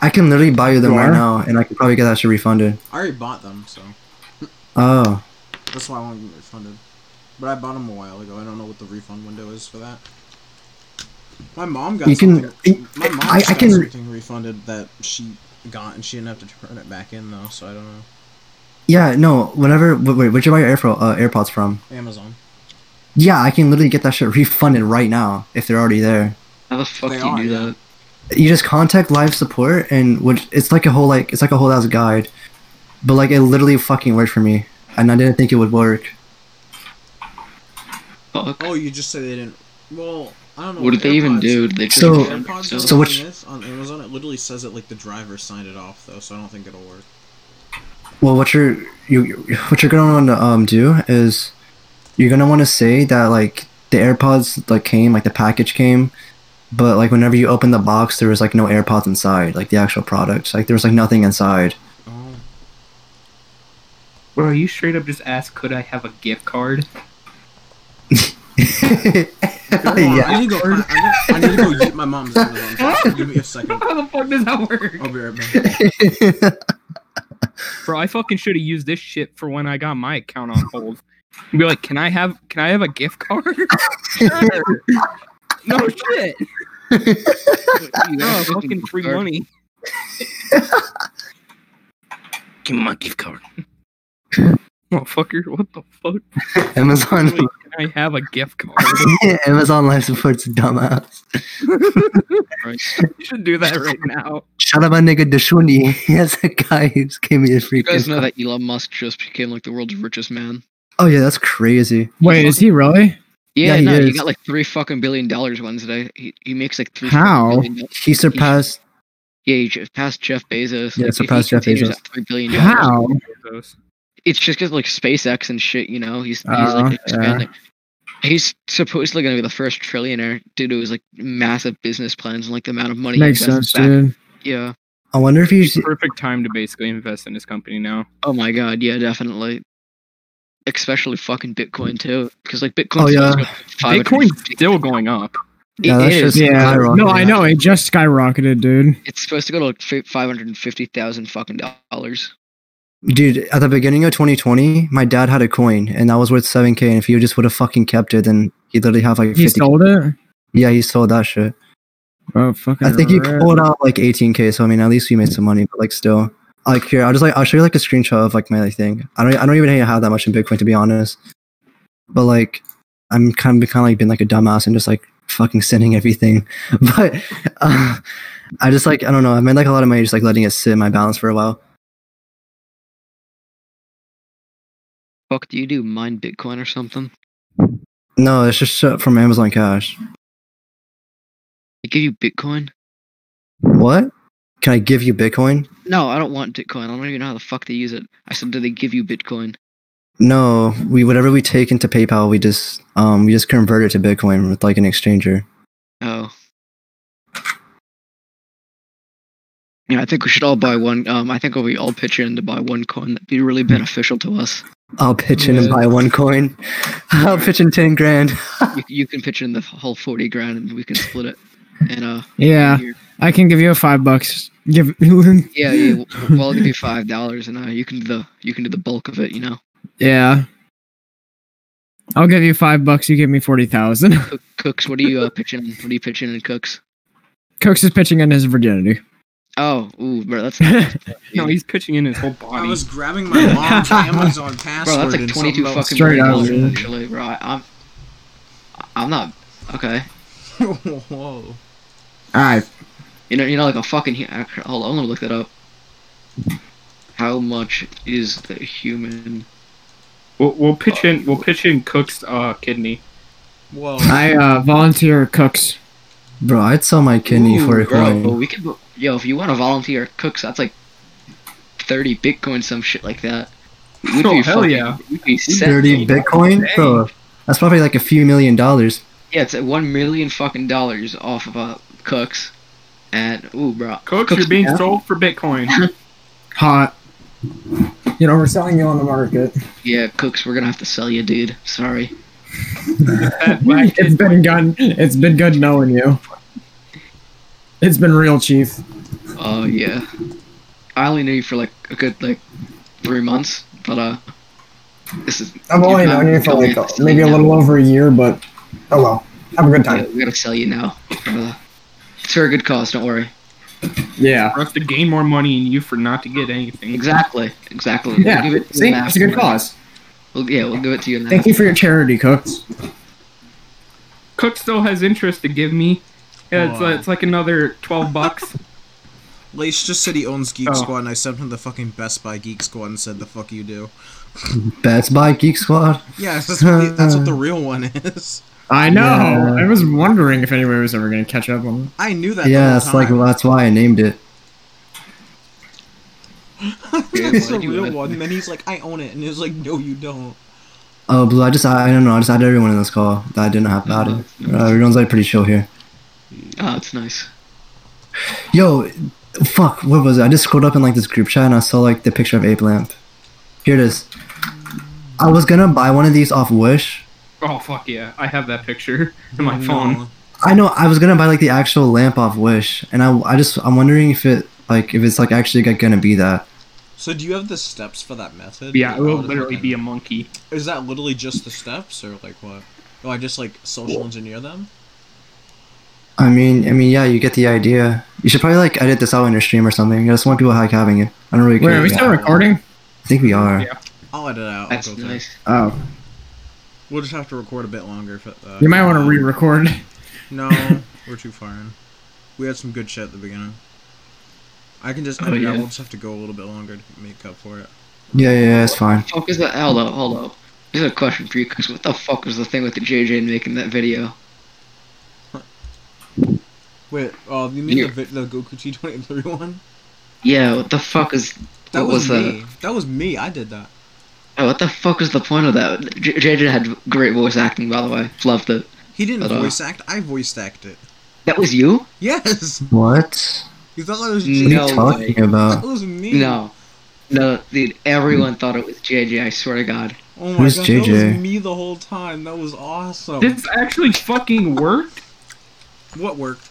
I can literally buy you them You right are? now, and I could probably get that shit refunded. I already bought them, so Oh, that's why I want to get refunded. But I bought them a while ago. I don't know what the refund window is for that. My mom got You can- something. My mom I- I got can- something refunded that she got, and she didn't have to turn it back in though. So I don't know. yeah, no. Whenever, wait, wait where'd you buy your Airfro, uh, AirPods from? Amazon. Yeah, I can literally get that shit <laughs> refunded right now if they're already there. How the fuck They do you are, do yeah. that? you just contact live support and which it's like a whole like it's like a whole ass guide but like it literally fucking worked for me and i didn't think it would work Fuck. Oh, you just said they didn't. Well, I don't know. what did they even AirPods- do? Did they just So- defend AirPods themselves? the so what thing you- is, on Amazon, it literally says it like the driver signed it off though, so I don't think it'll work. well what you're you you- what you're gonna want to um do is you're gonna want to say that like the airpods like came like the package came but like whenever you open the box there was like no airpods inside like the actual product like there was like nothing inside Oh, Bro, you straight up just asked, could I have a gift card? <laughs> <laughs> I need to go. Find, I, need, I need to go get my mom's <laughs> Amazon. box. Give me a second. How the fuck does that work? I'll be right back. Oh, <laughs> Bro, I fucking should have used this shit for when I got my account on hold. Be like, can I have can I have a gift <laughs> card? sure. No shit. uh, No, fucking free money. <laughs> Give me my gift card. <laughs> Motherfucker, what the fuck? amazon Really, Can I have a gift card? <laughs> <laughs> amazon live support's a dumbass You should do that right now. Shout out my nigga Dashuni. <laughs> He's a guy who's gave me a free You guys gift. know that Elon Musk just became like the world's richest man. Oh yeah, that's crazy. Wait, is he really? Yeah, Yeah, he no, he is. got like three fucking billion dollars Wednesday. He, he makes like three. How? fucking billion do- He surpassed. Yeah, he ju- passed Jeff Bezos. Yeah, Like, if he surpassed Jeff continues Bezos. at Three billion dollars. How? It's just because like SpaceX and shit. You know, he's he's Oh, like Uh, yeah. expanding. He's supposedly gonna be the first trillionaire due to his like massive business plans and like the amount of money. he Makes invests sense, back. dude. Yeah. I wonder if he's. Perfect time to basically invest in this company now. Oh my god. Yeah, definitely. Especially fucking Bitcoin too, because like Bitcoin. Oh, yeah. Bitcoin's still going up. Yeah, that's just Yeah. skyrocketed. No, I know. It just skyrocketed, dude. It's supposed to go to like five hundred and fifty thousand fucking dollars. Dude, at the beginning of 2020, my dad had a coin, and that was worth 7k. And if he just would have fucking kept it, then he'd literally have like 50. He sold it. yeah, he sold that shit. Oh fucking! I think he rip. pulled out like 18k. So I mean, at least we made some money. But like, still, like here, I'll just like I'll show you like a screenshot of like my like, thing. I don't I don't even have that much in Bitcoin to be honest. But like, I'm kind of kind of like been like a dumbass and just like fucking sending everything. <laughs> But uh, I just like I don't know. I made like a lot of money just like letting it sit in my balance for a while. Fuck, do you do mine Bitcoin or something? No, it's just uh, from Amazon Cash. They give you Bitcoin? What? Can I give you Bitcoin? No, I don't want Bitcoin. I don't even know how the fuck they use it. I said, do they give you Bitcoin? No, we whatever we take into PayPal, we just um we just convert it to Bitcoin with like an exchanger. Oh. Yeah, I think we should all buy one. Um, I think we all pitch in to buy one coin that'd be really beneficial to us. I'll pitch in and Yeah. buy one coin. <laughs> I'll pitch in ten grand. You, you can pitch in the whole forty grand, and we can split it. And uh, Yeah, here- I can give you a five bucks. Give yeah, yeah. w- Well, I'll give you five dollars, and uh, you can do the you can do the bulk of it. You know, yeah. I'll give you five bucks. You give me forty thousand. <laughs> Cook, Cooks, what are you uh, pitching? What are you pitching in Cooks? Cooks is pitching in his virginity. <laughs> Oh, ooh, bro, that's No, he's pitching in his whole I body. was grabbing my mom's Amazon password. Bro, that's like and twenty two something about- fucking Straight million out, dollars dude. actually, bro. I, I'm, I'm not okay. Whoa. All right. You know, you know, like a fucking. hu- ac- Hold on, I'm gonna look that up. How much is the human? We'll, we'll pitch in. We'll pitch in Cook's uh, kidney. Whoa. I uh, volunteer cooks. Bro, I'd sell my kidney for a Bro, coin. but we could. bu- Yo, if you want to volunteer cooks, that's like thirty Bitcoin, some shit like that. We'd Oh, be hell fucking- yeah. We'd be set. Dirty Bitcoin, bro. That's probably like a few million dollars. Yeah, it's at one million fucking dollars off of uh, cooks, and ooh, bro, Cook, you're being yeah. sold for <laughs> Bitcoin. Hot. You know we're selling you on the market. yeah, cooks, we're gonna have to sell you, dude. Sorry. That black it's kid- been good. It's been good knowing you. It's been real, Chief. Oh yeah. I only knew you for like a good like three months, but uh, this is I've only You're not known you for really like a- listening maybe a now. little over a year, but oh well. Have a good yeah, time. we gotta sell you now. Uh, it's for a good cause. Don't worry. Yeah. For us to gain more money and you for not to get anything. Exactly. Exactly. Yeah. We'll give it to See, you in it's a good afterwards. cause. We'll, yeah, we'll give it to you in Thank that. you for your charity, cooks. Cook still has interest to give me. Yeah, it's, Aw. like, it's like another twelve <laughs> bucks. Lace just said he owns Geek Oh. Squad, and I sent him the fucking Best Buy Geek Squad and said, "The fuck you do." Best Buy Geek Squad. Yeah, that's what the, that's what <laughs> the real one is. I know. Yeah. I was wondering if anybody was ever going to catch up on it. I knew that. Yeah, the that's whole like <laughs> time. that's why I named it. that's the Yeah, real but- one. And then he's like, "I own it," and it's like, "No, you don't." Oh, Blue, I just I, I don't know. I just had everyone in this call that I didn't have added. Uh, everyone's like pretty chill here. Oh, it's nice. Yo, fuck, what was it? I just scrolled up in like this group chat and I saw like the picture of Ape Lamp. Here it is. I was gonna buy one of these off Wish. Oh fuck yeah, I have that picture <laughs> in my phone. Oh, No. I know I was gonna buy like the actual lamp off Wish, and I, I just I'm wondering if it like if it's like actually like, gonna be that. So do you have the steps for that method? Yeah, it will How does literally end? be a monkey. Is that literally just the steps, or like what? Do I just like social engineer them? I mean, I mean, yeah, you get the idea. You should probably like edit this out in your stream or something. I just want people like having it. I don't really care. Wait, are we still recording? I think we are. Yeah. I'll edit it out. That's I'll go through. nice. Oh. We'll just have to record a bit longer. If, uh, You might want to re record. No, we're too far in. We had some good shit at the beginning. I can just Oh, edit it out, yeah. We'll just have to go a little bit longer to make up for it. Yeah, yeah, yeah, it's fine. Fuck is that? Hold up, hold up. Here's a question for you, cause what the fuck was the thing with the JJ making that video? Wait, oh, you mean the, Here. vi- the Goku T23 <laughs> one? Yeah, what the fuck is? That what was, was, me. that? That? was me. I did that. Oh, what the fuck was the point of that? J- JJ had great voice acting, by the way. Loved it. He didn't But, uh, voice act. I voice act it. That was you? Yes. <laughs> What? You thought that was What are Jay? No you way. talking That about? was me. No. No, dude, everyone thought it was JJ, I swear to God. Oh my Who's god, that was JJ? me the whole time. That was awesome. This actually fucking worked. What worked?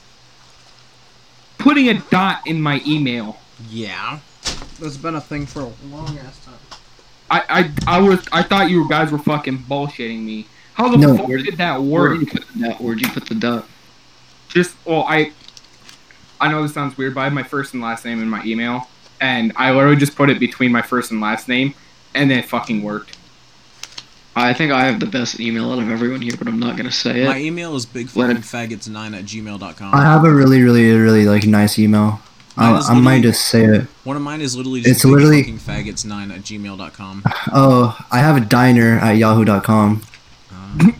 Putting a dot in my email. Yeah. That's been a thing for a long ass time. I I, I was I thought you guys were fucking bullshitting me. How the No. fuck did that Where work? did you put the dot? Where'd you put the dot? just well i i know this sounds weird but i have my first and last name in my email and i literally just put it between my first and last name and then it fucking worked I think I have the best email out of everyone here, but I'm not gonna say it. My email is bigfuckingfaggots9 at gmail.com. I Uh-huh. have a really, really, really like nice email. I, Mine is I might literally- just say it. One of mine is literally just It's literally- bigfuckingfaggots9 at gmail.com. Oh, I have a diner at yahoo.com. Uh,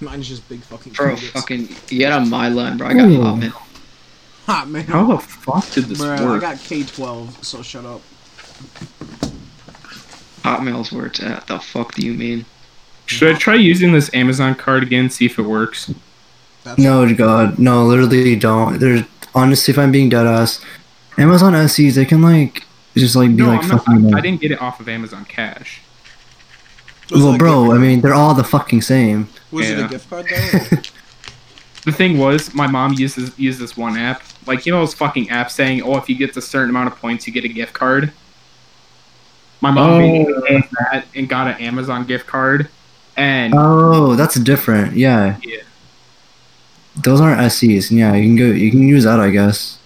mine's just big fucking Bro, faggots. fucking get on my line, bro. I got Ooh. hotmail. Hot man. how the fuck did this Bro, I work got K12, so shut up. Hotmail's where it's at. The fuck do you mean? should i try using this amazon card again see if it works That's No, God, no, literally don't. There's honestly, if I'm being dead ass, Amazon SEs they can like just like be no like I'm not, fucking. uh, I, I like- didn't get it off of amazon cash Was it well, a bro, gift I card? mean they're all the fucking same. Was it a Yeah. gift card, <laughs> though? the thing was my mom uses used this one app like you know those fucking apps saying oh if you get a certain amount of points you get a gift card my mom made Oh, yeah. that and got an amazon gift card and Oh, that's different. Yeah. Yeah. Those aren't SEs. Yeah, you can go. You can use that, I guess.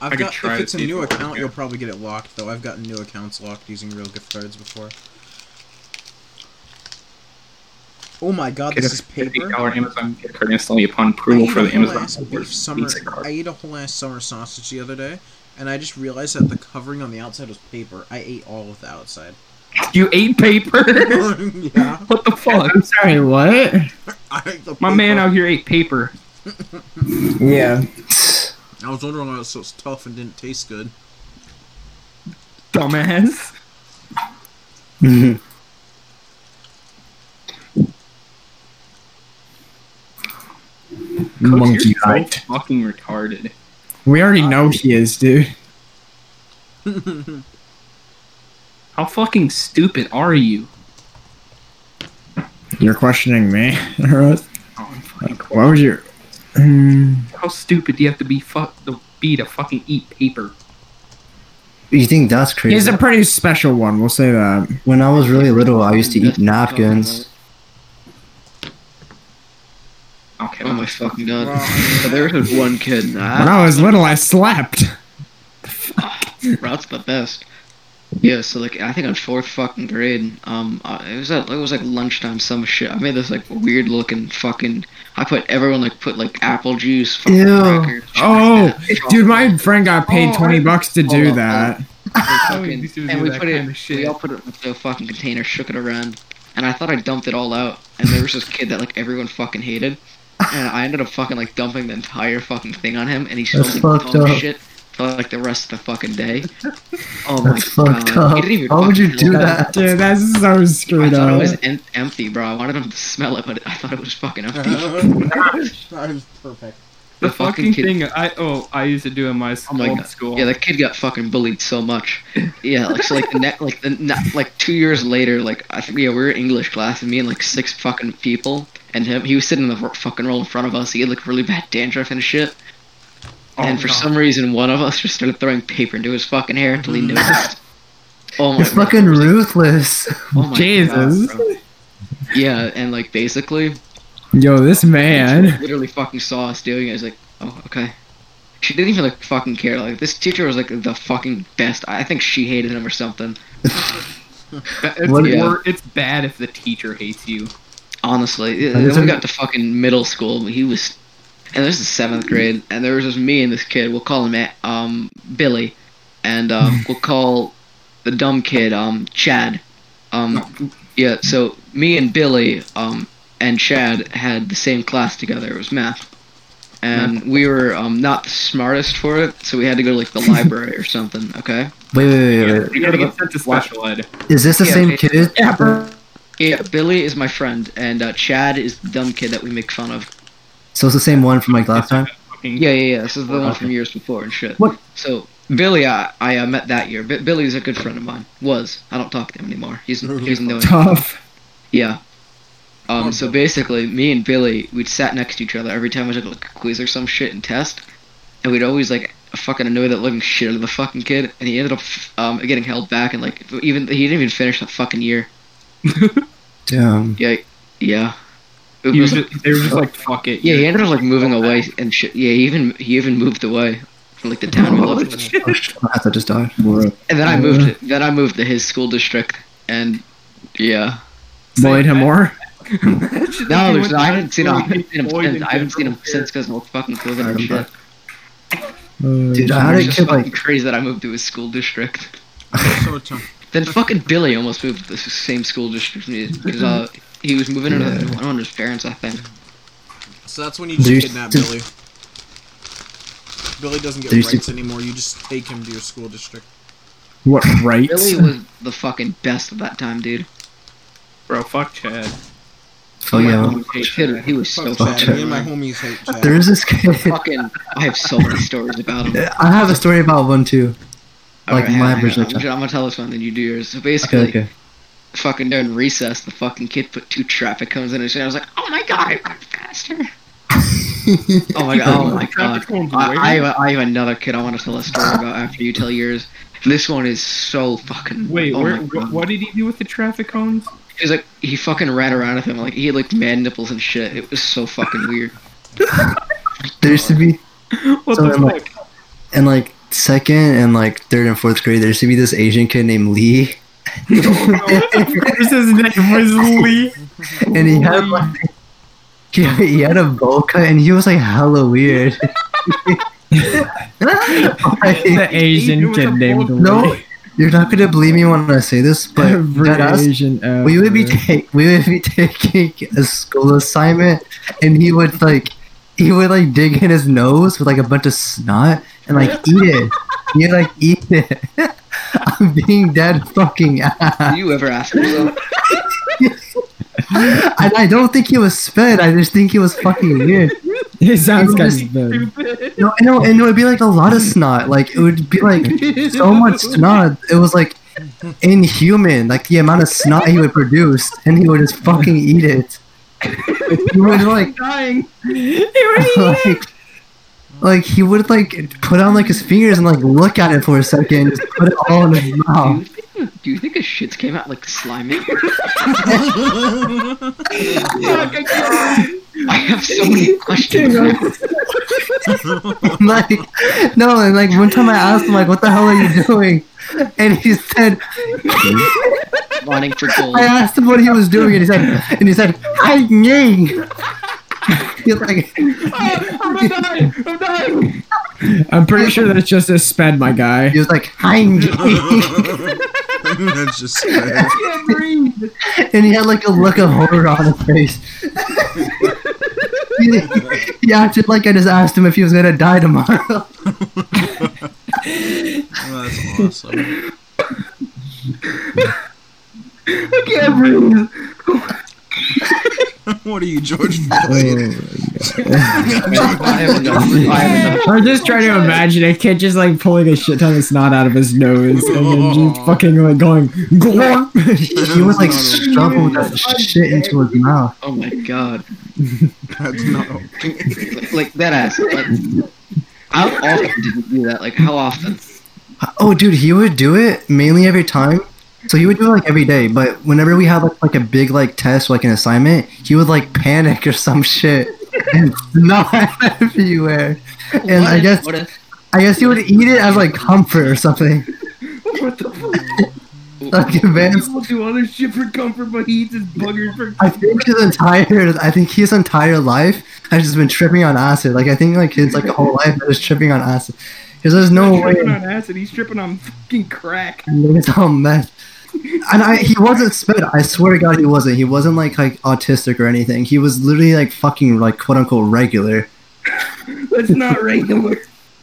I've could got, try if to it's a see if new it works account, again. you'll probably get it locked, though. I've gotten new accounts locked using real gift cards before. Oh my god, Get this a is paper. $50 Amazon gift card instantly upon I approval ate for a the whole Amazon ass Silver beef summer. Visa card. I ate a whole ass summer sausage the other day, and I just realized that the covering on the outside was paper. I ate all of the outside. <laughs> You ate paper? yeah, what the fuck? I'm sorry, what? I ate the My paper. man out here ate paper. Yeah. I was wondering why it was so tough and didn't taste good. Dumbass. Mhm. Cooks, Monkey you're so fight. fucking retarded. We already know he is, dude. How fucking stupid are you? You're questioning <laughs> me. Russ. Oh, I'm fucking Why would you? Hmm. How stupid do you have to be fu- to be to fucking eat paper? You think that's crazy? He's a pretty special one. We'll say that. when I was really little, I used to eat That's- napkins. Okay. Oh my fucking god. But there was one kid. and When I- I Uh, was little, <laughs> I slept. Rout's the best. Yeah, so like I think on fourth fucking grade, um, uh, it was at, it was like lunchtime, some shit. I made this like weird looking fucking. I put everyone like put like apple juice. Fucking Ew. crackers, shit <laughs> Oh, like that. dude, my friend got paid Oh, twenty I- bucks to hold do on, that. Oh, fucking- you used to and do we that put it. kinda We shit. all put it into a fucking container, shook it around, and I thought I dumped it all out. And there was this kid that like everyone fucking hated, and I ended up fucking like dumping the entire fucking thing on him, and he That's smelled like fucked dumb up. shit for like the rest of the fucking day. Oh That's my fucked god! up. He didn't even Why would fucking you do know. that? Dude, that's so I screwed thought it up. was em- empty, bro. I wanted him to smell it, but I thought it was fucking Uh-huh. empty. that was perfect. The, The fucking fucking kid- thing I oh I used to do in Oh my my school. old God. school. Yeah, that kid got fucking bullied so much. Yeah, like so, like the net, like the net, like two years later, like I think yeah, we were in English class, and me and like six fucking people, and him, he was sitting in the r- fucking row in front of us. He had like really bad dandruff and shit. Oh, and for no. some reason, one of us just started throwing paper into his fucking hair until he Mm. noticed. Oh my! You're God. fucking ruthless. Oh my Jesus. God, bro. yeah, and like basically, Yo, this She <laughs> man. literally fucking saw us doing it. I was like, oh, okay. She didn't even like fucking care. Like this teacher was like the fucking best. I think she hated him or something. That- it's, What- wor- it's bad if the teacher hates you. Honestly, That and then isn't- we got to fucking middle school. and He was, and this is seventh grade, and there was just me and this kid. We'll call him uh, um Billy, and um we'll call the dumb kid um Chad. Um, yeah. So me and Billy um and Chad had the same class together. It was math, and we were um not the smartest for it, so we had to go to like the library or something. Okay. Wait, wait, wait, wait, You gotta get sent to special ed. wait. Is this the Yeah, same okay. kid? Yeah, Billy is my friend, and uh, Chad is the dumb kid that we make fun of So it's the same one from like last time. Fucking- Yeah, yeah, yeah. This is the one Okay. from years before and shit. What? So Billy, I, I uh, met that year. B- Billy's a good friend of mine. Was I don't talk to him anymore. He's he's in the Tough. yeah. Um. So basically, me and Billy, we'd sat next to each other every time I took like a quiz or some shit and test, and we'd always like fucking annoy that living shit out of the fucking kid, and he ended up um getting held back and like even he didn't even finish the fucking year. Damn. Yeah, yeah. It You was- just, they were just like, fuck it. yeah, he ended up like moving away and shit. Yeah, he even he even moved away from like the town we lived in. <laughs> Oh, shit, my hat just died. And then I moved. Then I moved to his school district, and yeah. Bullied him more. No, there's, I haven't seen him. I haven't seen him Boyd since. in I haven't seen him general since because of fucking clothing and shit. Remember. Uh, Dude, I had It's a just kid fucking like crazy that I moved to his school district. so tough. Then fucking Billy almost moved to the same school district because uh, he was moving into the one of his parents, I think. So that's when you There just used- kidnap there- Billy. Billy doesn't get There used to- rights anymore. You just take him to your school district. What rights? Billy was the fucking best at that time, dude. Bro, fuck Chad. oh yeah. Kid, he was so Fuck fucked Chad. up. Me and my <laughs> homies hate Chad. There's this <laughs> kid. fucking. I have so many stories about him. I have a story about one too. Like, Alright, my hang on, version of hang on. I'm, gonna tell this one, then you do yours. So basically, Okay, okay. fucking during recess, the fucking kid put two traffic cones in his hand. I was like, oh my god, I'm <laughs> faster. oh my god, oh my god. Traffic cones where? I, I, have, I have another kid I want to tell a story about after you tell yours. This one is so fucking. <laughs> Wait, oh where, my wh- God. what did he do with the <laughs> traffic cones? He's like, he fucking ran around with him. Like, he had like mad nipples and shit. It was so fucking weird. <laughs> There used to be What So the I'm like- fuck? in like second and like third and fourth grade. There used to be this Asian kid named Lee, <laughs> Oh, <laughs> His name was <laughs> Lee. and he had like he, he had a bowl cut, and he was like hella weird. <laughs> Like, The Asian kid named Lee. no, you're not gonna believe me when I say this, but Every that ass- Asian ever. we would be take, we would be <laughs> taking a school assignment, and he would like he would like dig in his nose with like a bunch of snot and like eat it. He'd like eat it. <laughs> I'm being dead fucking <laughs> ass. Do you ever ask yourself? And I don't think he was sped. I just think he was fucking weird. His ass He got was spit. No, and no, and it would be like a lot of snot. Like it would be like so much <laughs> snot. It was like inhuman. Like the amount of snot he would produce, and he would just fucking <laughs> eat it. He would like Dying. <laughs> like Like he would like put on like his fingers and like look at it for a second, just put it all in Do his Oh. you mouth. <laughs> think, do you think his shits came out like <laughs> slimy? I have so <laughs> many questions. now. Like no, and like one time I asked him like, "What the hell are you doing?" And he said, Running for gold. I asked him what he was doing, and he said, and he said, hiking. <laughs> He's like, I'm pretty <laughs> sure that's just a sped, my guy. he was like hiking, <laughs> That's just <laughs> and he had like a look of horror on his face. <laughs> he, he acted like I just asked him if he was gonna die tomorrow. <laughs> well, that's awesome. <laughs> I can't <laughs> breathe. what are you, George Floyd? I have enough. I have enough. I'm just <laughs> trying to imagine a kid just like pulling a shit ton of snot out of his nose and then <laughs> just fucking like going. "Glorp." He was like shoveled that shit into his mouth. Oh my god. <laughs> That's not okay. Like, <laughs> like that ass. Like, how often did you do that? Like how often? Oh, dude, he would do it mainly every time. So he would do it like every day, but whenever we had like, like a big like test, like an assignment, he would like panic or some shit and snot <laughs> everywhere. And I What? guess What if- I guess he would eat it as like comfort or something. like advanced. People do other shit for comfort, but he eats his buggers for. I think his entire I think his entire life has just been tripping on acid. Like I think like his like whole life is tripping on acid. Because there's no He's way. tripping on acid. He's tripping on fucking crack. And It's <laughs> all mess. And I, he wasn't sped. I swear to God, he wasn't. He wasn't like like autistic or anything. He was literally like fucking like quote unquote regular. <laughs> That's not regular. <laughs>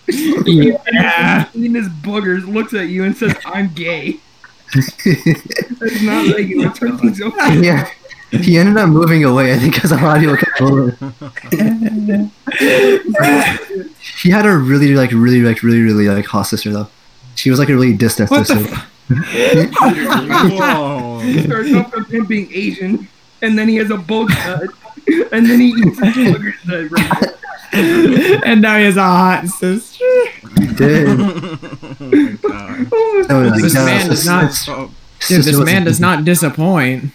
yeah. Eating his buggers, looks at you and says, "I'm gay." <laughs> That's not regular. Turn things over. <laughs> yeah, he ended up moving away. I think because of audio controller. <laughs> he had a really like really like really really like hot sister though. She was like a really distant What the sister. Whoa. starts off with him being Asian, and then he has a bug cut, and then he eats his <laughs> boogers that right <laughs> and now he has a hot sister. He <laughs> did. oh my god. Oh, No, like, This no, man does sis- not- sis- Oh, Dude, sister this was- man does not disappoint.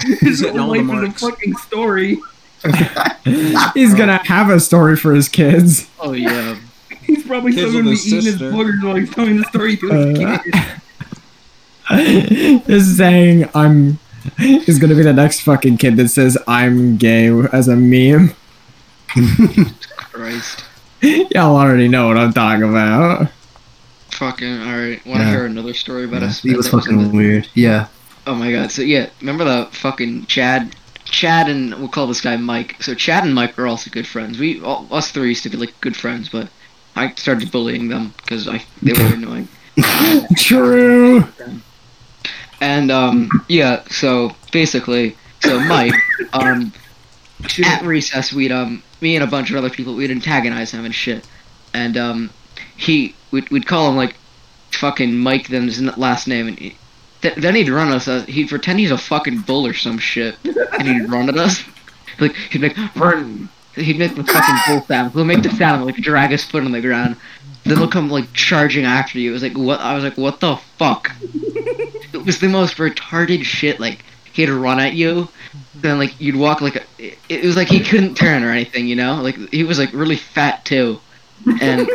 his hitting all whole the life is a marks. fucking story. <laughs> He's gonna have a story for his kids. Oh yeah. <laughs> He's probably Kids still with gonna be his eating his sister. boogers while he's telling the story to his Uh, kid. <laughs> Just saying, I'm. He's gonna be the next fucking kid that says I'm gay as a meme. <laughs> Christ. Y'all already know what I'm talking about. Fucking alright. Wanna Yeah. hear another story about Yeah, us? he was fucking weird. Yeah. Oh my god. So yeah, remember the fucking Chad, Chad and we'll call this guy Mike. So Chad and Mike are also good friends. We all, us three used to be like good friends, but I started bullying them because I they <laughs> were annoying. True. And um yeah, so basically, so Mike um at recess we'd um me and a bunch of other people we'd antagonize him and shit, and um he we'd, we'd call him like fucking Mike then his n- last name and. He, th- then he'd run us. Uh, he'd pretend he's a fucking bull or some shit, and he'd run at us. <laughs> Like he'd make run. He'd make the fucking bull sound. He'll make the sound and, like drag his foot on the ground. Then he'll come like charging after you. It was like what? I was like, what the fuck? it was the most retarded shit. Like he'd run at you, then like you'd walk like a, it, it was like he couldn't turn or anything. You know, like he was like really fat too. And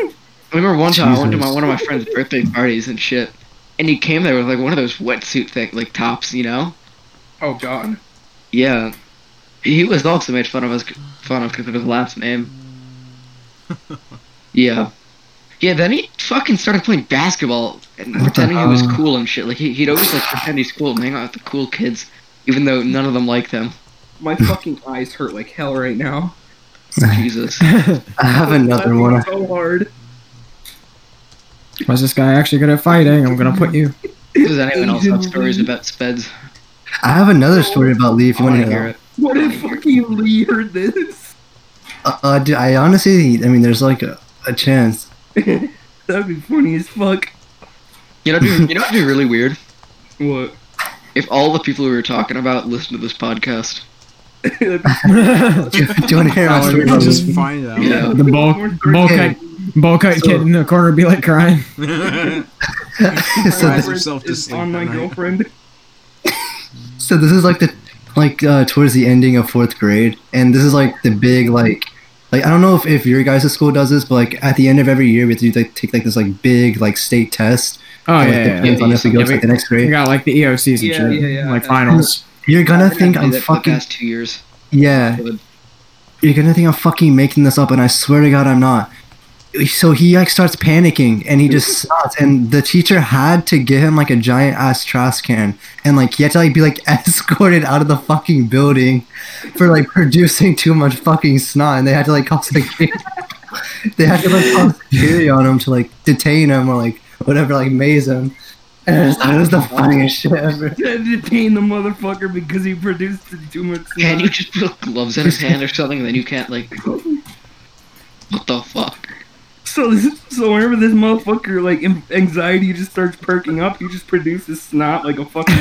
I remember one time I went to my one of my friend's birthday parties and shit, and he came there with like one of those wetsuit thing like tops. You know. Oh god. Yeah, he was also made fun of us, fun of because of his last name. yeah, yeah. Then he fucking started playing basketball and pretending he was cool and shit. Like he, he'd always like pretend he's cool and hang out with the cool kids, even though none of them liked <laughs> him. My fucking eyes hurt like hell right now. Jesus. I have another I'm one. So hard. Was this guy actually good at fighting? I'm gonna put <laughs> you. Does anyone else have stories about speds? I have another Oh, story about Lee. If I you want want to to hear hear it. it. What if fucking Lee heard this? <laughs> Uh, uh, dude, I honestly, I mean, there's like a, a chance. <laughs> That'd be funny as fuck. You know, dude, you know, it'd be really weird What? <laughs> if all the people we were talking about listened to this podcast. do, you want to hear <laughs> my How story? did about we this? just find out? <laughs> Yeah. The ball, ball cut, ball cut So- kid in the corner be like crying. <laughs> so, Cries this, herself to Is sleep on at my night. girlfriend. <laughs> so this is like the like uh, towards the ending of fourth grade, and this is like the big like like I don't know if, if your guys' school does this, but like at the end of every year we have to do, like take like this like big like state test. Oh like, yeah, the yeah, kids yeah. on if we go Yeah, to like, the next we grade. got like the EOCs and Yeah, shit, yeah, yeah, like yeah. finals. You're gonna I've been think having I'm to do that for the fucking past two years. yeah. Good. You're gonna think I'm fucking making this up, and I swear to God, I'm not. So he like starts panicking, and he just starts, and the teacher had to give him like a giant ass trash can, and like he had to like be like <laughs> escorted out of the fucking building for like producing too much fucking snot, and they had to like <laughs> call security. they had to like call security on him to like detain him or like whatever, like maze him. And I just thought it was the funniest shit ever. Had to detain the motherfucker because he produced too much. Can you just put gloves in his hand or something, and then you can't like? What the fuck? So, this, so whenever this motherfucker like in- anxiety just starts perking up, he just produces snot like a fucking.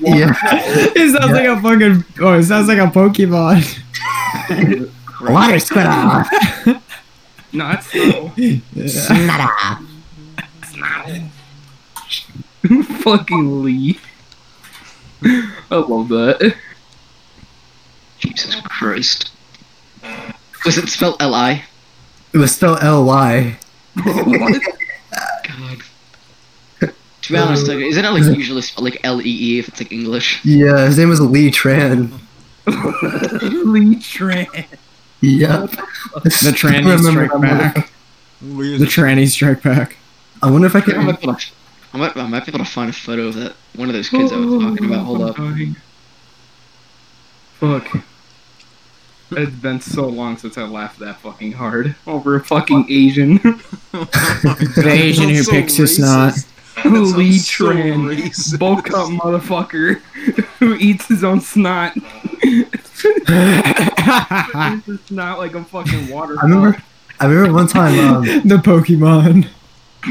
Yeah. <laughs> it sounds like a fucking. Oh, it sounds like a Pokemon. Water squirrel. Not so. <laughs> fucking Lee. I love that. Jesus Christ. Was it spelled L I? It was still L Y. God. To be honest, like, isn't it like usually spelled like L E E if it's like English? Yeah, his name was Lee Tran. Lee Tran. Yep. The tranny strike back. Weird. The tranny strike back. I wonder if I I can. might, be able to, I, might, I might be able to find a photo of that one of those kids I was talking about. Hold up. Fuck. It's been so long since I laughed that fucking hard over a fucking Asian. <laughs> The Asian who picks his snot. <laughs> Lee sounds so Tran, racist. bulk up motherfucker <laughs> who eats his own <laughs> snot. Ah. it's not like a fucking <laughs> water. I remember. I remember one time. Um, <laughs> The Pokemon.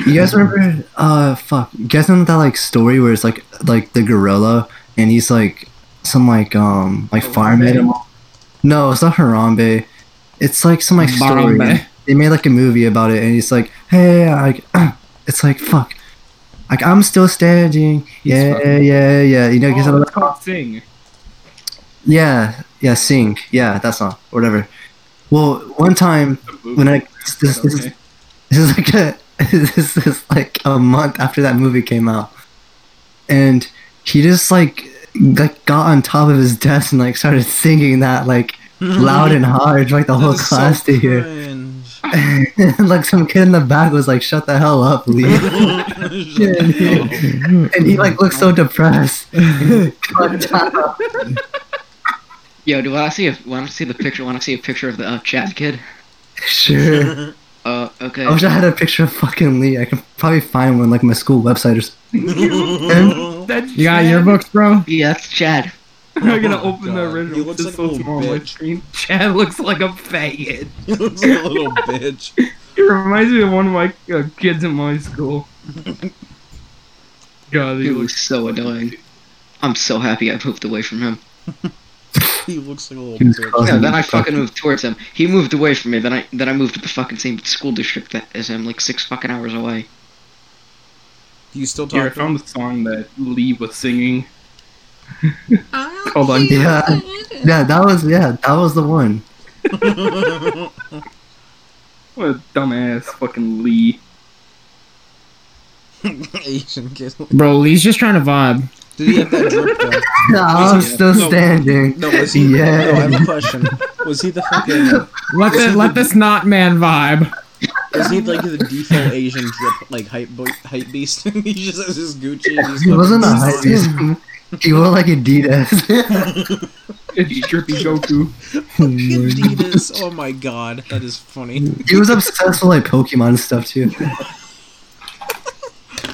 you guys remember? Uh, fuck. You guys remember that like story where it's like like the gorilla and he's like some like um like fireman. No, it's not Harambe. It's like some like story. Barambe. They made like a movie about it, and he's like, hey, like, <clears throat> it's like fuck. Like I'm still standing. Yeah, yeah, yeah. You know, because Oh, I'm it's called Sing. Yeah, yeah, sing. Yeah, that song, whatever. Well, one time when I this this, Okay. this is like a <laughs> this is like a month after that movie came out, and he just like like got on top of his desk and like started singing that like loud and hard for, like the whole class to hear. <laughs> and like some kid in the back was like, "Shut the hell up, Lee." <laughs> and he like looked so depressed. God damn. Yo, do I see a want to see the picture? Want to see a picture of the uh, Chad kid? sure. Uh, okay. I wish I had a picture of fucking Lee. I can probably find one like my school website or Mm-hmm. something. <laughs> That's You got Chad. yearbooks, bro? Yeah, that's Chad. <laughs> I'm gonna Oh, open the God. original. He looks It's like a so little small on my bitch. screen. <laughs> Chad looks like a faggot. You little bitch. It reminds me of one of my uh, kids in my <laughs> school. God, he It looks was so annoying. I'm so happy I moved away from him. He looks like a little He was bitch. causing Yeah, then I me fucking moved towards him. He moved away from me. Then I then I moved to the fucking same school district that as him, like six fucking hours away. Do you still talk Here, I to him? found the song that Lee was <laughs> singing. Hold on. Yeah, yeah, that was yeah, that was the one. What a dumbass fucking Lee. <laughs> Asian kid. Bro, Lee's just trying to vibe. Did he have that drip though? I'm still No. standing. No, was he? No, Yeah. I have a question. Was he the fucking? Let the let the snot man vibe. Was he like the default Asian drip like hype boy, hype beast? <laughs> he just has his Gucci. And his He wasn't a fucking- hype. He was, he wore like Adidas. It's <laughs> drippy Goku. Adidas. Oh my god, that is funny. he was obsessed with like Pokemon and stuff too.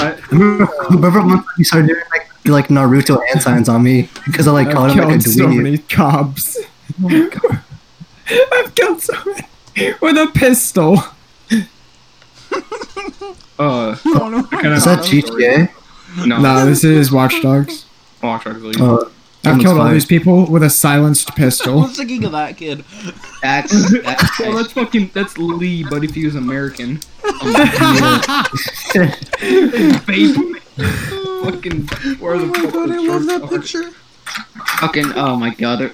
I- remember, remember once he started doing like like Naruto hand signs on me because I like I've called him killed like a so dweeb. many cops. <laughs> I've killed so many with a pistol. Uh, Oh no. I kinda Is that story. GTA? No. No, this is Watch Dogs. Watch Dogs Lee. Oh, I've Someone's killed all fired. these people with a silenced I pistol. was thinking of that kid. <laughs> That's that's Well, that's fucking that's Lee, but if he was American, <laughs> babe, fucking where the fucking shorts are. fucking. Oh my god. they're-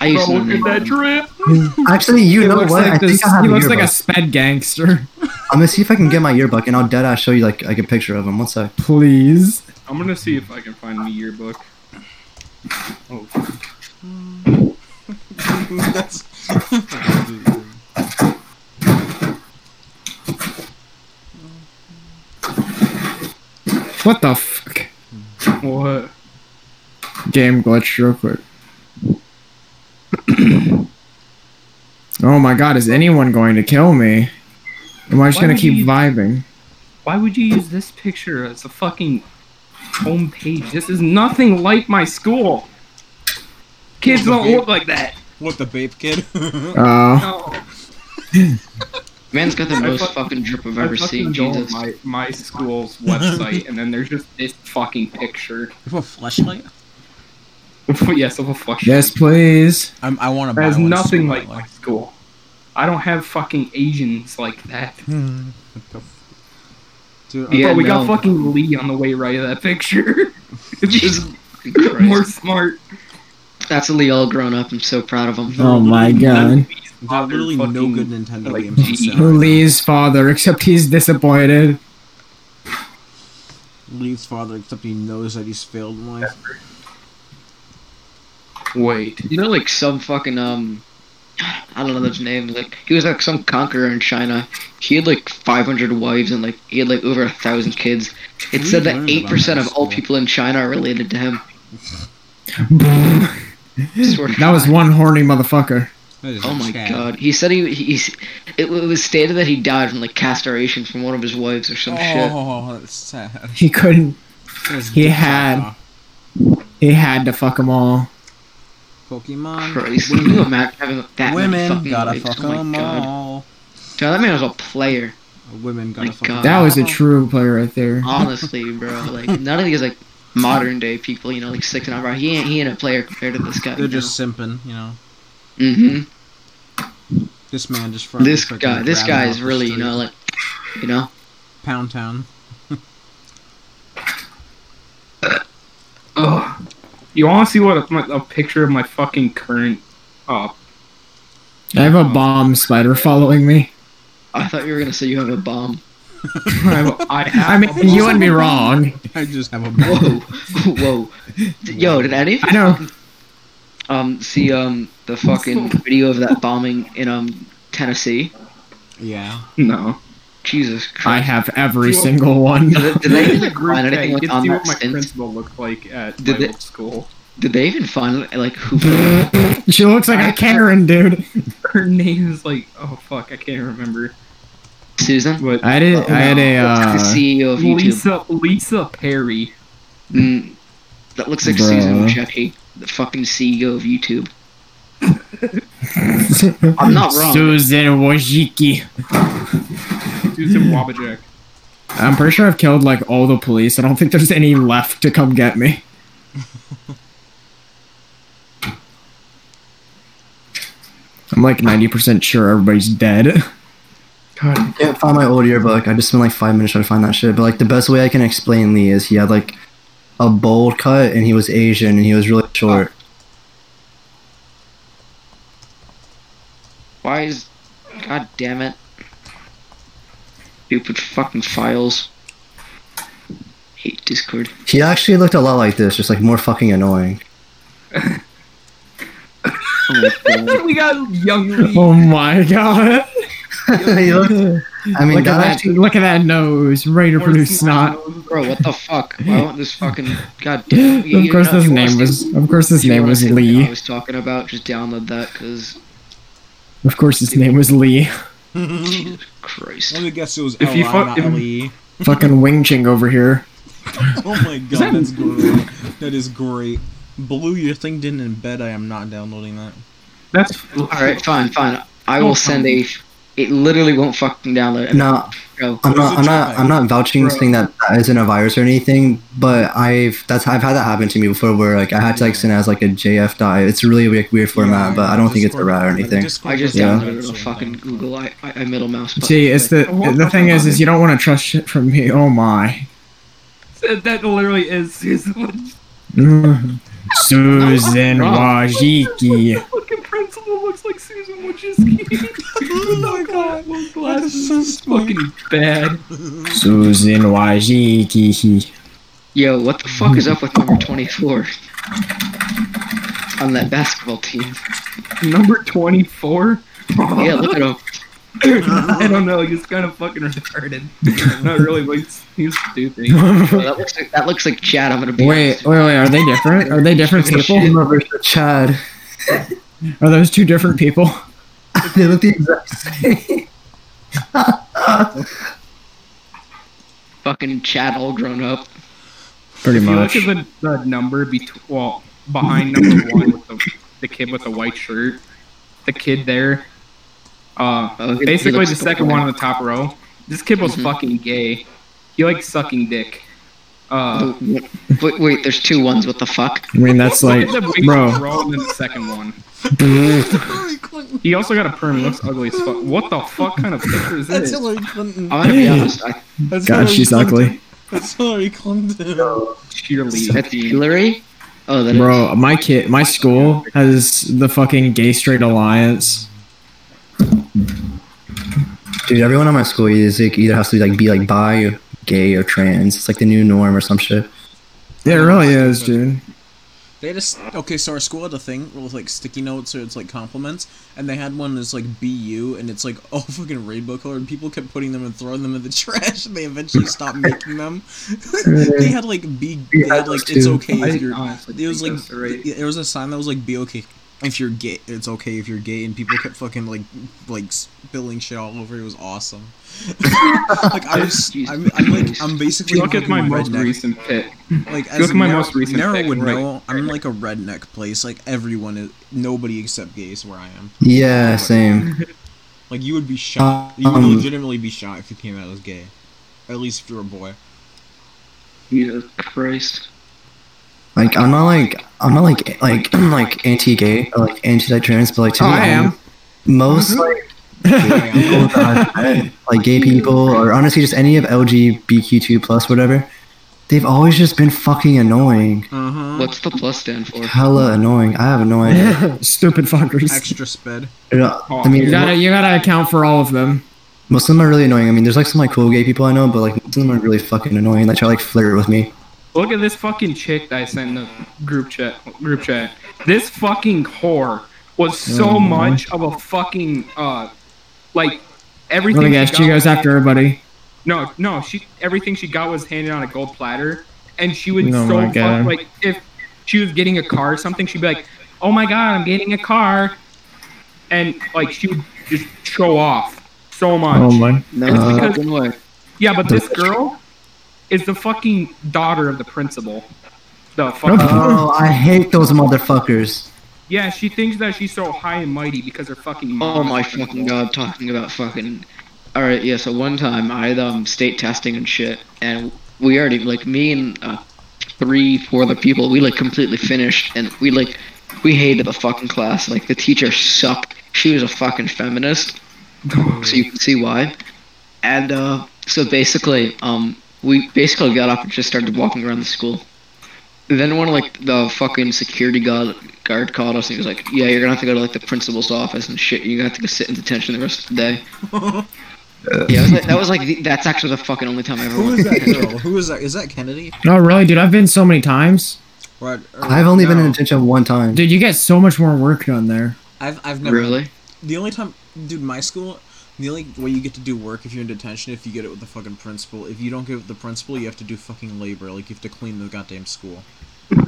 I used Bro, to look know at that drip. Actually, you He know looks what? like I think this. I have He a looks yearbook. like a sped gangster. I'm gonna see if I can get my yearbook, and I'll dead ass show you like like a picture of him. One sec. Please. I'm gonna see if I can find the yearbook. Oh, That's- What the fuck? what? Game glitch real quick. <clears throat> oh my god, is anyone going to kill me? Am I just Why gonna would keep you- vibing? Why would you use this picture as a fucking homepage? This is nothing like my school. Kids don't look like that. what the babe kid? <laughs> Oh. No. Man's got the I most fuck- fucking drip I've I ever seen. fucking go on Jesus. My, <laughs> my school's website, and then there's just this fucking picture. <laughs> You have a flashlight? yes, of a flush. Yes, please. I'm, I want to buy That is one nothing so like my school. I don't have fucking Asians like <laughs> that. badly. What the f- Dude, Yeah, Bro, we no. got fucking Lee on the way right of that picture. <laughs> it's just more smart. That's Lee all grown up. I'm so proud of him. Oh my god. There are literally no good Nintendo like, games on gee. sale. Lee's father, except he's disappointed. Lee's father, except he knows that he's failed in life. Wait. You know, like some fucking um, I don't know his name. Like he was like some conqueror in China. He had like 500 wives and like he had like over a thousand kids. It We said that learned about eight percent that of all school. people in China are related <laughs> to him. that Swear to was God. one horny motherfucker. That is Oh my sad. god! He said he he's. It was stated that he died from like castration from one of his wives or some shit. Oh, that's sad. He couldn't. That is He deep had- trauma. He had to fuck them all. Pokemon. Christ! Can you Women, imagine having that many women fucking gotta wives? fuck oh my 'em god! all. Dude, that man was a player. Women gotta My fuck 'em God. That was a all. true player right there. honestly, bro. Like none of these like modern day people, you know, like six and over. He ain't he ain't a player compared to this guy. They're just simping, you know. hmm This man just from This guy, this guy is really, you know, like, you know, Pound Town. Ugh. You want to see what a, my, a picture of my fucking current? Uh, I have a bomb spider following me. I thought you were gonna say you have a bomb. <laughs> I, I have. I mean, you wouldn't be wrong. <laughs> I just have a Whoa, <laughs> whoa, yo, did any of you I know. um see um the fucking video of that bombing in um Tennessee? <laughs> Yeah. no. Jesus I Christ! have every single one. <laughs> Did, did <laughs> they even Group find anything chat, like, you can on see that what my stint? principal looked like at Did my it- old school. Did they even find like who? she looks like a Karen, dude. <laughs> Her name is like, oh fuck, I can't remember. Susan, But I Oh, did. I had <laughs> a. the Uh, CEO of YouTube. Lisa Lisa Perry. Mm, that looks like Bruh. Susan Wojcicki, the fucking CEO of YouTube. I'm not wrong. Susan Wojcicki. Susan Wabajek. <laughs> I'm pretty sure I've killed like all the police. I don't think there's any left to come get me. I'm like 90% sure everybody's dead. I can't find my old yearbook. I just spent like five minutes trying to find that shit. But like the best way I can explain Lee is he had like a bowl cut and he was Asian and he was really short. Why is. God damn it. Stupid fucking files. Hate Discord. He actually looked a lot like this, just like more fucking annoying. <laughs> Oh my god. we got young Lee. <laughs> Oh my god. He looked- I mean, look, at that that, actually, look at that nose. Ready to Or produce snot. Bro, what the fuck? Why won't this fucking. God damn it. You- <laughs> Of you course, know, his you name wanna was. see- Of course, his you name wanna was see what I Lee. was talking about, just download that, because. Of course, his name <laughs> was Lee. Let Christ. me guess it was If if you you fuck- not if- Ellie. Fucking Wing Ching over here. Oh <laughs> my god, that's great. That is great. Blue, your thing didn't embed. I am not downloading that. That's <laughs> Alright, fine, fine. I will send a It literally won't fucking download. And No, go. What I'm is not. a I'm not. try? I'm not vouching Bro. saying that that isn't a virus or anything. But I've that's I've had that happen to me before, where like I had to like send it as like a JF dive. It's really like weird format, but I don't think it's a rat or anything. I just Yeah. downloaded it on fucking Google I, I, I middle mouse. button. See, it's the the thing is, is you don't want to trust shit from me. Oh my, That literally is. is what Mm. <laughs> Susan Wojcicki. fucking principal looks like Susan Wojcicki. <laughs> oh my god, those glasses is fucking bad. Susan Wojcicki. Yo, what the fuck is up with number 24 on that basketball team? Number 24? Yeah, look at him. <laughs> I don't know, he's kind of fucking retarded. Not really, but he's, he's stupid. Yo, that looks like that looks like Chad. I'm gonna be Wait, wait, wait. Are they different? Are they different people? Shima versus Chad. Are those two different people? <laughs> they look the exact same. fucking Chad all grown up. Pretty If you look much. at the, the number between, well, behind number one with the, the kid with the white shirt, the kid there, uh, Oh, he- he basically looks the second stupid. one on the top row. This kid was Mhm. fucking gay. He likes sucking dick. Uh, Oh, Wait, wait, there's two ones. What the fuck? I mean, that's Oh, like, look at the weight bro. roll and then the second one. He also got a perm. He looks ugly as fuck. What the fuck kind of picture is That's this? Hillary Clinton. I'm gonna be honest. I, That's God, Hillary she's Clinton. ugly. That's Hillary Clinton. that's Cheerleader. Hillary. Oh, that is- Bro, my kid, my school has the fucking Gay Straight Alliance. Dude, everyone at my school is like either has to like be like bi, or gay, or trans. It's like the new norm or some shit. Yeah, it really is, dude. They just okay. So our school had a thing with like sticky notes or it's like compliments, and they had one that's like BU, and it's like all <laughs> fucking rainbow color, and people kept putting them and throwing them in the <laughs> trash, and they eventually stopped making them. <laughs> they had like B. They had had like those it's too. okay I if you're. honestly It was think like those are right. there was a sign that was like be okay if you're gay. It's okay if you're gay, and people kept fucking like like spilling shit all over. It was awesome. <laughs> like I was, I'm, I'm like I'm basically Look at fucking my most redneck. recent pic. Like as Look at my Nero, most recent Nero pic, would right. know, I'm like a redneck place. Like everyone is, nobody except gays where I am. Yeah, same. Like you would be shot. you would Um, legitimately be shot if you came out as gay, at least if you're a boy. Jesus Christ. Like I'm not like I'm not like <clears throat> like like anti-gay or like anti-trans, but like to Oh, me, I am. Mm-hmm. most like I am. people that I've <laughs> met, like gay people or honestly just any of LGBTQ plus whatever, they've always just been fucking annoying. Uh huh. What's the plus stand for? Hella annoying. I <laughs> have no idea. <laughs> Stupid fuckers. Extra sped. You know, I mean, Oh, You gotta, you gotta account for all of them. most of them are really annoying. I mean, there's like some like cool gay people I know, but like most of them are really fucking annoying. They try to like flirt with me. Look at this fucking chick that I sent in the group chat. Group chat. This fucking whore was so Oh much of a fucking uh, like everything. Really, she guys, she got- goes after everybody. No, no, she everything she got was handed on a gold platter, and she would Oh so my fuck, God. like if she was getting a car or something, she'd be like, "Oh my god, I'm getting a car," and like she would just show off so much. Oh my. No Uh, fucking way. Yeah, but this girl is the fucking daughter of the principal. The fucking Oh, I hate those motherfuckers. yeah, she thinks that she's so high and mighty because her fucking mom. Oh is my fucking fucking old. god, talking about fucking. Alright, yeah, so one time I had um, state testing and shit, and we already, like, me and uh, three, four other people, we, like, completely finished, and we, like, we hated the fucking class. Like, the teacher sucked. She was a fucking feminist, so you can see why. And, uh, so basically, um, we basically got up and just started walking around the school. Then one of like the fucking security guard guard called us and he was like, "Yeah, you're gonna have to go to like the principal's office and shit. You're gonna have to go sit in detention the rest <laughs> of the day." yeah, it was like, that was like the, that's actually the fucking only time I ever. Who went is to that detention. girl? <laughs> Who is that? Is that Kennedy? No, really, dude. I've been so many times. Or, or- I've only been no. in detention one time. Dude, you get so much more work done there. I've I've never Really? The only time, dude, my school, the only way you get to do work if you're in detention if you get it with the fucking principal. If you don't get it with the principal, you have to do fucking labor. Like you have to clean the goddamn school. Uh,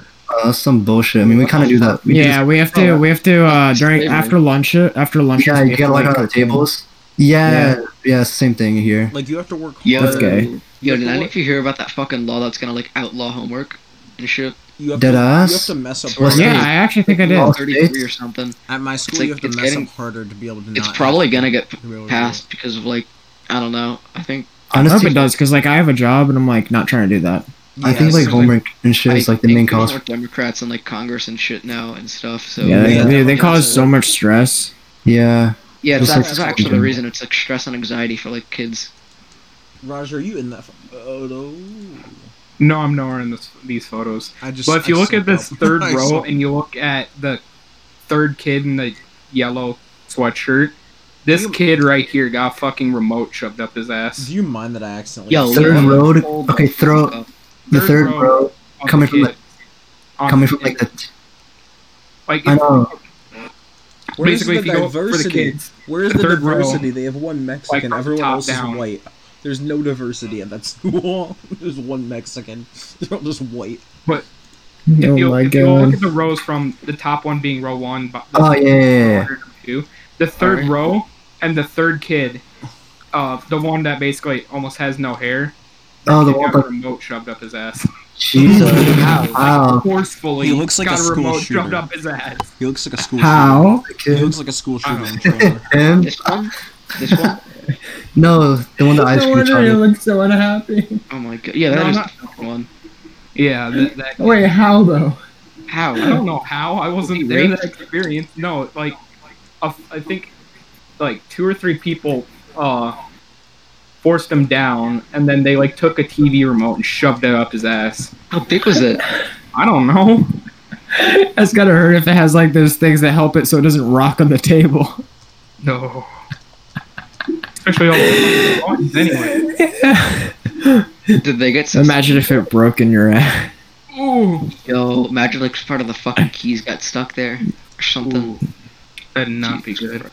that's some bullshit. I mean, we kind of do that. We yeah, we have to. We have to uh during Slavery. after lunch. After lunch. Just, Oh, yeah, you gotta like on the tables. Yeah, yeah, same thing here. Like you have to work. Yo, hard. That's gay. Yo, did any of you hear about that fucking law that's gonna like outlaw homework and shit? You have, Dead to, ass? you have to mess up. What's harder. that? Yeah, I actually think I Well, did. 33 or something. At my school, like- you have to it's mess getting- up harder to be able to. It's not probably gonna get to be able to do passed because of like I don't know. I think I hope Honestly, it does, because like I have a job and I'm like not trying to do that. it. I Yeah, think like so- homework and shit I is like the think main there's cause. more Democrats in like Congress and shit now and stuff. So Yeah, they, Yeah. they, they cause so much <laughs> stress. Yeah, Yeah, it's, Just, that's like, actually the fucking- reason. It's like stress and anxiety for like kids. Roger, are you in that photo? <laughs> No, I'm nowhere in this, these photos. I just. But if you I look saw <laughs> at this that. third I row saw- and you look at the third kid in the yellow sweatshirt, this You- kid right here got a fucking remote shoved up his ass. do you mind that I accidentally? Yo, Third look, road- hold okay, up, throw- look up. the Third third row. row Of coming the from kid. like On- coming from like the like I know Where's basically the if you go for the diversity? kids, Where's The the, third row. diversity? They have one Mexican. from Everyone top else down. is white. There's no diversity at that <laughs> school. There's one Mexican. They're all just white. Oh if you, my if you look god. at the rows from the top one being row one, but Oh, yeah, yeah, yeah. two, the third Alright. row and the third kid, uh, the one that basically almost has no hair. oh the he one got a but remote shoved up his ass. Jesus Like, wow forcefully, He looks like got a a, school remote shooter. shoved up his ass. He looks like a school. how Shooter. He looks like a school shooter. in trailer. him This one, this one. no the one <laughs> that ice No cream wonder he shot looks so unhappy. Oh my god. Yeah, that No, is not- the one. Yeah, that, Oh, that Wait, how though? How? I don't know how. I wasn't there raped? that experience. No, like, a, I think, like two or three people uh forced him down, and then they like took a TV remote and shoved it up his ass. How big was it? I don't know. That's gotta hurt if it has like those things that help it so it doesn't rock on the table. No. Especially all the ones anyway. Did they get <laughs> some? Imagine if it broke in your ass. Ooh. Yo, imagine like part of the fucking keys got stuck there or something. That'd not be good.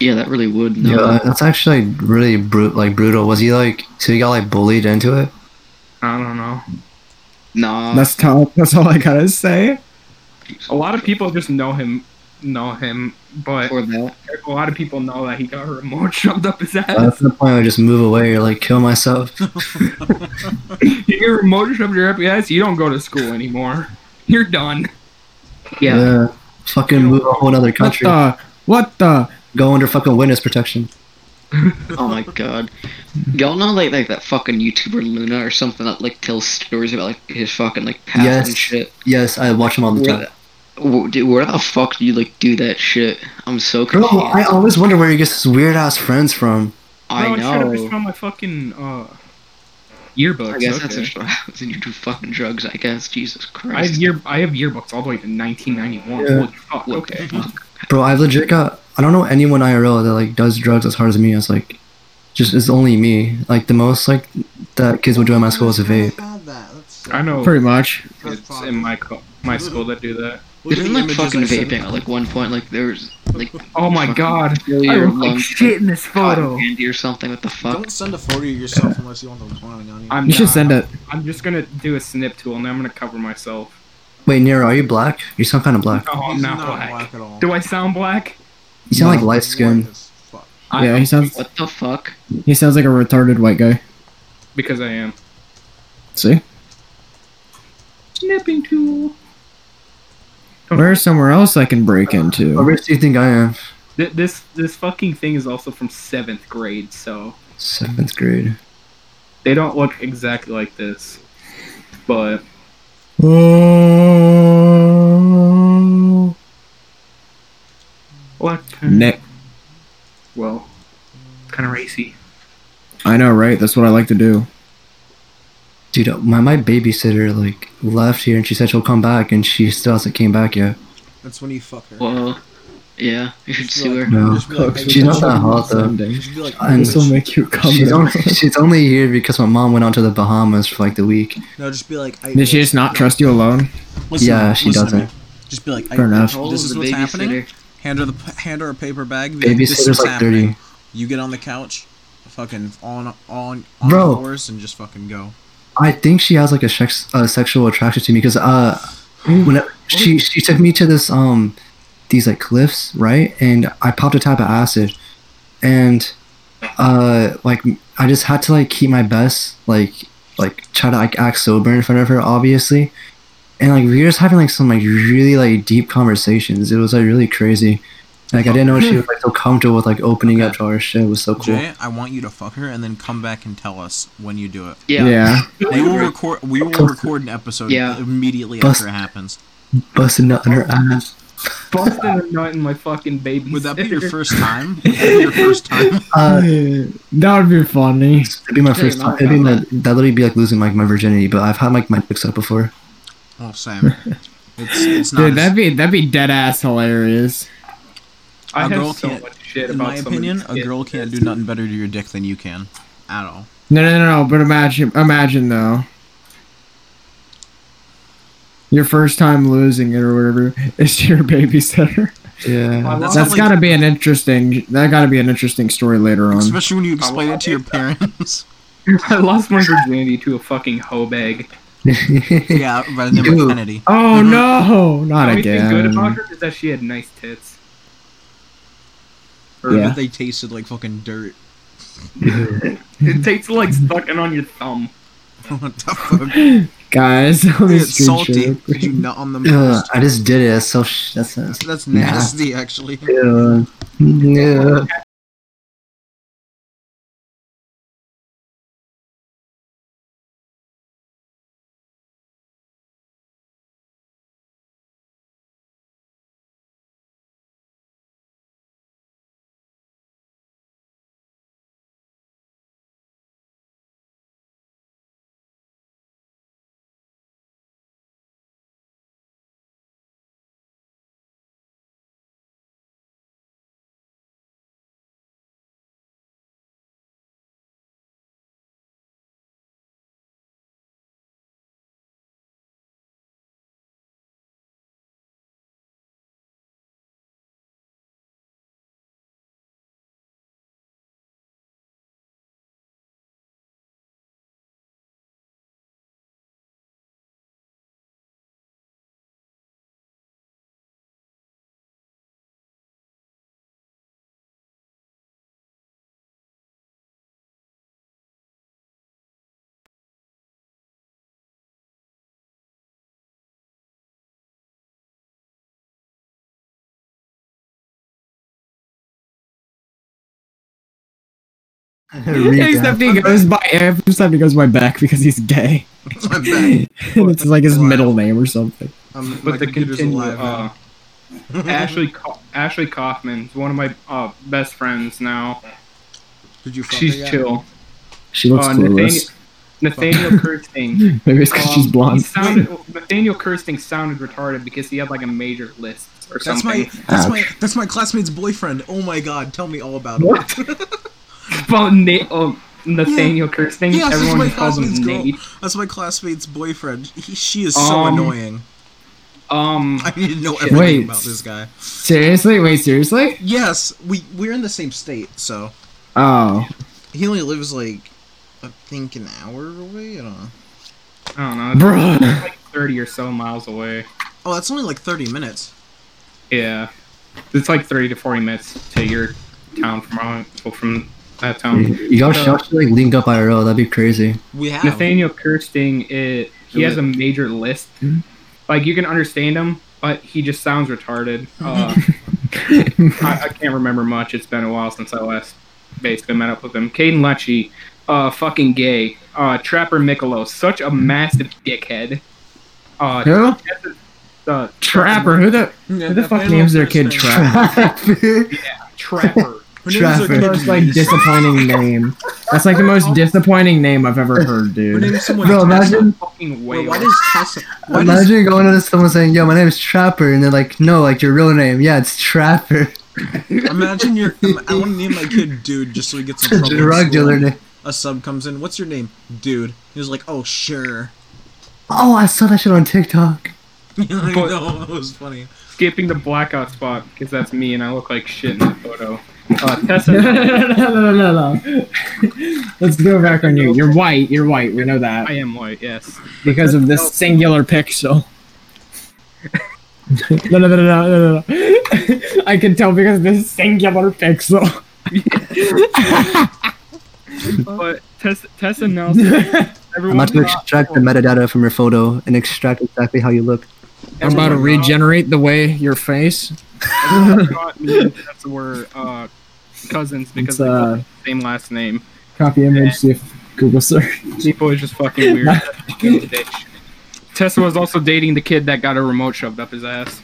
Yeah, that really would. No. yeah that's actually really brut like brutal was he like so he got like bullied into it I don't know. Uh, Nah. That's tough. That's all I gotta say. A lot of people just know him, know him, but Or that. a lot of people know that he got a remote <laughs> shoved up his ass. that's the point I just move away or like kill myself You get a remote shoved your up your ass, you don't go to school anymore. You're done. Yeah. fucking move a whole other What country the? What the? go under fucking witness protection Oh my god. Y'all know like like that fucking YouTuber Luna or something that like tells stories about like his fucking like past Yes. and shit. yes I watch him all the time Where, wh- dude, where the fuck do you like do that shit? I'm so bro confused. I always wonder where he gets his weird ass friends from I Bro, Oh, I should have just know. found my fucking <laughs> uh, I yearbooks. guess okay. that's just what happens when you do fucking drugs. I guess Jesus I have Christ. year I have yearbooks all the way to 1991. Yeah. Holy fuck. What <laughs> Okay. Bro, I've legit got. I don't know anyone IRL that like does drugs as hard as me. It's like, just it's only me. Like the most like that kids would do at my school is a vape. I had that. That's- I know Pretty much. kids in my co- my school that do that. Look at Isn't the like images fucking I sent. vaping at like one point like there's like Oh my fucking god. I failure look like lungs, shit in this cotton photo. candy or something. What the fuck? Don't send a photo of yourself unless you want them clowning on you. I'm You should not- send it. I'm just gonna do a snip tool and I'm gonna cover myself. Wait, Nero, are you black? You sound kind of black. Oh, I'm He's not, black. at all. Do I sound black? You sound No. like light skin. White as fuck. I- yeah, he sounds What the fuck? he sounds like a retarded white guy. Because I am. See, Snipping tool. where's somewhere else I can break How into? rich do you think I am? Th- this this fucking thing is also from seventh grade, so Seventh grade. they don't look exactly like this. But Mm. Oh, what? Nick. Well, kind of racy. I know, right? That's what I like to do. Dude, my my babysitter like left here and she said she'll come back and she still hasn't came back yet. That's when you fuck her. Whoa. Yeah, you should Just sue like- her. No. just be like, hey, She's not bitch. that hot though. You should be like, And bitch. so make you come. She's only she's only here because my mom went on to the Bahamas for like the week. no, just be like. I- Did she just not trust you alone? Listen, Yeah, she listen to doesn't. me. Just be like, I- Fair enough. This is the what's happening. babysitter. Hand her the p- hand her a paper bag. be like, this is Babysitter's what's like happening. thirty. You get on the couch, fucking on on on Bro. fours and just fucking go. I think she has like a sex, uh, sexual attraction to me because uh, when I- she she took me to this um, these like cliffs, right? And I popped a type of acid, and uh, like I just had to like keep my best like like try to like act sober in front of her, obviously. And like we were just having like some like really like deep conversations. It was like really crazy. Like I didn't know she was like so comfortable with like opening up to our shit. It was so cool. Jay, I want you to fuck her and then come back and tell us when you <laughs> do it. Yeah. Yeah. We will record. We will record an episode Yeah. immediately Bust- after it happens. <laughs> Busting nut in her ass. Busted a nut in my fucking baby. Would that be your first <laughs> time? Would that be your first time? <laughs> Uh, that would be funny. it'd be my Hey, first Mark, time. It'd be I'm my, that literally be like losing like my virginity. But I've had like my dick up before. Well, Oh, <laughs> Sam, it's it's not. Dude, as- that'd be that'd be dead ass hilarious. A I have girl so can't- much shit in about my some of opinion, these a kids. girl can't do nothing better to your dick than you can, at all. No, no, no, no. But imagine, imagine though, your first time losing it or whatever is to your <laughs> babysitter. Yeah. That's That's not gotta be an interesting. That gotta be an interesting story later Um, on. Especially when you explain it to your parents. <laughs> I lost my virginity to a fucking hoe bag. yeah, by the name of Dude. Kennedy. <laughs> Oh no, The not only thing good again. about her is that she had nice tits. Or Yeah. that they tasted like fucking dirt. <laughs> It tastes like sucking on your thumb. what <laughs> the fuck? Guys, let me Dude, screenshot salty. real Did <laughs> you quick. nut on them Ugh, first? I just did it. That's so sh- that's. Uh, That's nasty, actually. <laughs> yeah. <laughs> Yeah. Except he goes by every time he goes by Beck because he's gay, I'm back. and <laughs> it's like his middle name or something. I'm, Um, But my the computer's continue, alive uh, now. <laughs> Ashley Co- Ashley Kaufman is one of my uh, best friends now. Did you fuck her She's yet? chill. She looks Uh, clueless. Nathaniel Kirsting. <laughs> Maybe it's because Um, she's He blonde. sounded, Nathaniel Kirsting sounded retarded because he had like a major list or That's something. my that's my Ah. that's my classmate's boyfriend. Oh my god, tell me all about it. Well, Na- oh, Nathaniel Kirsting. Yeah, she's my Everyone calls him cousin's girl. Nate. <laughs> that's my classmate's boyfriend. He, she is so Um, annoying. Um, I need to know everything Wait. about this guy. Seriously? Wait, seriously? Yes, we we're in the same state, so Oh, he only lives like I think an hour away. I don't know. I don't know. it's bro. Like thirty or so miles away. Oh, that's only like thirty minutes. Yeah, it's like thirty to forty minutes to your town from our, well, from that town. Y'all should, y'all should like link up IRL. That'd be crazy. We have Nathaniel Kirsting, it, he has a major list. Like you can understand him, but he just sounds retarded. Uh, I, I can't remember much. It's been a while since I last basically met up with him. Caden Lecce, uh, fucking gay. Uh, Trapper Mikolo, such a massive dickhead. Uh, Who? uh, Trapper. Who the who the fuck names their kid Trapper? Trapper. Trapper. <laughs> That's like disappointing name. That's like the most disappointing name I've ever heard, Her dude. name's someone. Bro, imagine, fucking Wait, whale. why does Tessa? Why does imagine going to someone saying, "Yo, my name is Trapper," and they're like, "No, like your real name. Yeah, it's Trapper. <laughs> Imagine you're. um, I want to name my kid Dude just so he gets in trouble. in Drug school. dealer name." A sub comes in. What's your name, Dude? He's like, <laughs> oh sure. Oh, I saw that shit on TikTok. You know, I But- know, it was funny. skipping the blackout spot because that's me and I look like shit in the photo. Uh, Tessa, no, no, no, no, no. Let's go back on you. You're white. You're white. We know that I am white. Yes. because of this singular pixel. no, no, no, no, no, no, no. <laughs> I can tell because of this singular pixel. But Tessa, Tessa Nelson, I'm about to extract the metadata from your photo and extract exactly how you look. I'm about to regenerate the way your face. That's where uh, cousins because It's, uh, they both have the same last name. Copy image, see if Google search. People is just fucking <laughs> weird. Bitch. Tessa was also dating the kid that got a remote shoved up his ass.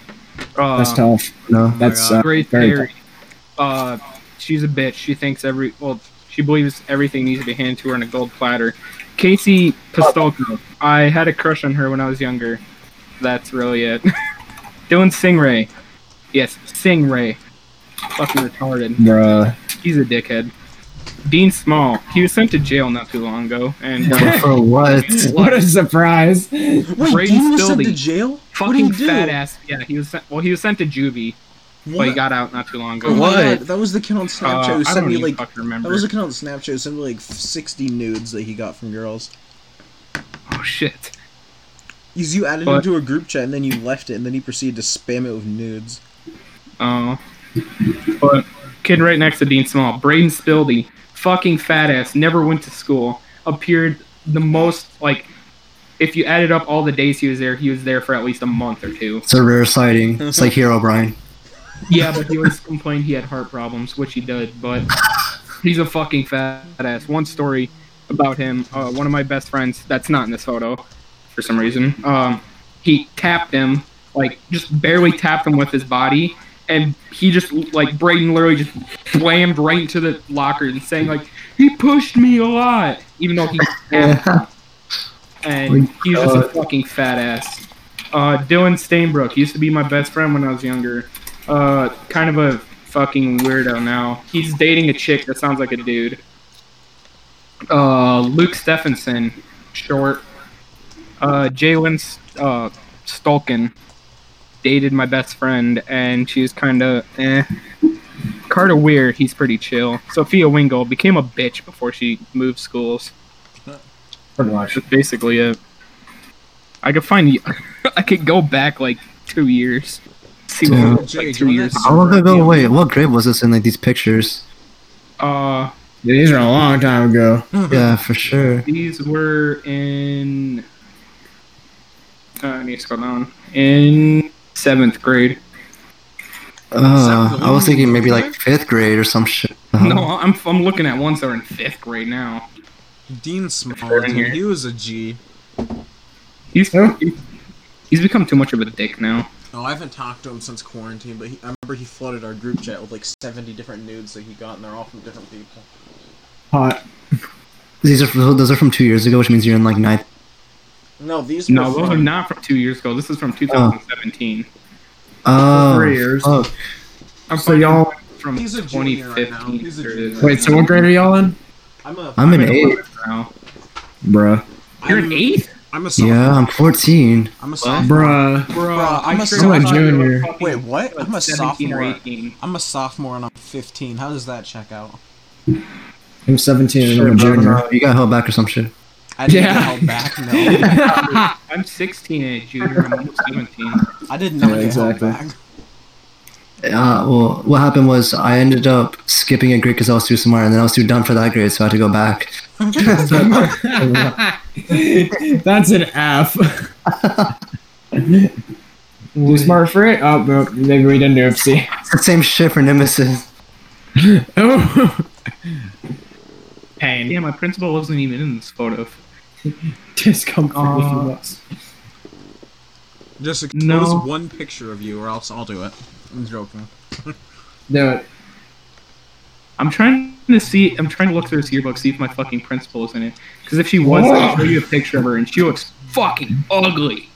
Uh, That's tough. No. That's uh, Grace very Perry. Uh, she's a bitch. She thinks every well, she believes everything needs to be handed to her on a gold platter. Casey Pistolko. I had a crush on her when I was younger. That's really it. <laughs> Dylan Singray. Yes, Singray. Fucking retarded. Bruh. He's a dickhead. Dean Small. He was sent to jail not too long ago, <laughs> and <laughs> But for what? What a surprise. Wait, Braden Dean was sent to Stilty. jail? what fucking did he do? fat ass. Yeah, he was sent. Well, he was sent to juvie, but he got out not too long ago. Oh my What? God, that was the kid on Uh, Snapchat who I sent don't me even like fucking remember. that was the kid on Snapchat who sent me like sixty nudes that he got from girls. oh shit. Is you added him But- to a group chat and then you left it and then he proceeded to spam it with nudes. Oh. But kid right next to Dean Small, Braden Spildy, fucking fat ass, never went to school, appeared the most like if you added up all the days he was there, he was there for at least a month or two. It's a rare sighting. It's like here, O'Brien. <laughs> Yeah, but he always complained he had heart problems, which he did, but he's a fucking fat ass. One story about him, uh, one of my best friends, that's not in this photo for some reason, um, he tapped him, like just barely tapped him with his body, and he just, like, Brayden literally just slammed right into the locker and saying, like, he pushed me a lot, even though he tapped him. And he's just a fucking fat ass. Uh, Dylan Stainbrook he used to be my best friend when I was younger uh, kind of a fucking weirdo now. He's dating a chick that sounds like a dude. Uh, Luke Stephenson, short. Uh, Jalen uh, Stolkin dated my best friend, and she's kind of eh. Carter Weir, he's pretty chill. Sophia Wingle became a bitch before she moved schools. Pretty much. That's basically it. I could find, <laughs> I could go back like two years. See what Yeah. it was like two years. How long ago? Wait, what grade was this in? Like these pictures? Uh, These are a long time ago. Yeah, for sure. These were in. Uh, I need to scroll down. In seventh grade. Uh, I was thinking maybe like fifth grade or some shit. Uh-huh. No, I'm I'm looking at ones that are in fifth grade now. Dean Small, They're in dude, here. he was a G. He's Oh. he's become too much of a dick now. Oh, I haven't talked to him since quarantine, but he, I remember he flooded our group chat with like 70 different nudes that he got, and they're all from different people. Hot. These are those are from two years ago, which means you're in like ninth. No, these No, were those are from- not from two years ago. This is from Uh-huh. 2017. Oh, Three years. fuck. I'm So y'all- from He's a junior right now. 2015. He's a there it junior. is. Wait, so what grade are y'all in? I'm a. I'm I'm an in eight. eleventh now. Bruh. You're I'm- an eighth, I'm a sophomore. Yeah, I'm 14. I'm a sophomore. Bruh. bro. Bruh, I'm a I'm a junior. Wait, what? I'm a 17 or sophomore. 18. I'm a sophomore and I'm 15. How does that check out? I'm 17 and Shit, I'm a bro, junior. no, you got held back or some shit. I didn't Yeah. get held back. No, I'm 16 and a junior. I'm almost 17. I did not Yeah, get exactly. held back. Uh, well, what happened was I ended up skipping a grade because I was too smart, and then I was too done for that grade, so I had to go back. <laughs> That's an <laughs> F. Too smart for it? Oh, no, maybe we didn't do <laughs> FC. It's the same shit for Nemesis. Oh, Pain. Yeah, my principal wasn't even in this photo. discomfort if you Uh, must. Just expose No. one picture of you, or else I'll do it. I'm joking. Do it. I'm trying to see. I'm trying to look through this yearbook, see if my fucking principal is in it. Because if she was, I'll show you a picture of her, and she looks fucking ugly.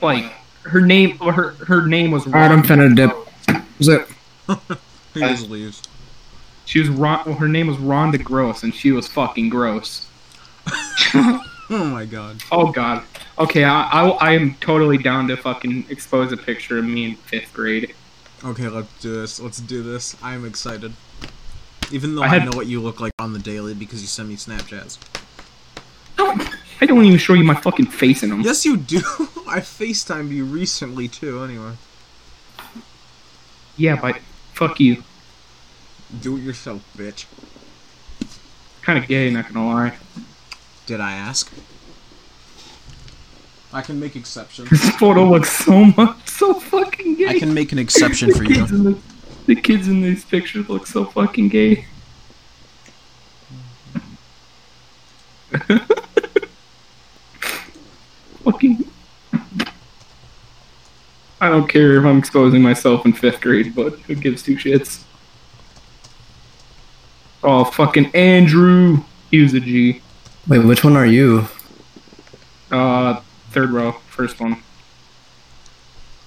Like her name, or her her name was. Alright, I'm Ron. finna dip. Zip. He just leaves. She was Ron. Well, her name was Rhonda Gross, and she was fucking gross. Oh my god. Oh god. Okay, I, I I am totally down to fucking expose a picture of me in fifth grade. Okay, let's do this. Let's do this. I'm excited. Even though I, I had- know what you look like on the daily because you send me Snapchats. I don't even show you my fucking face in them. Yes, you do. <laughs> I FaceTimed you recently too. Anyway, Yeah, but fuck you. do it yourself, bitch. Kind of gay, not gonna lie. Did I ask? I can make exceptions. This photo looks so much so fucking gay. I can make an exception for the kids you. in the- the kids in these pictures look so fucking gay. <laughs> fucking. I don't care if I'm exposing myself in fifth grade, but who gives two shits? Oh, fucking Andrew. He was a G. Wait, which one are you? Uh, third row, first one.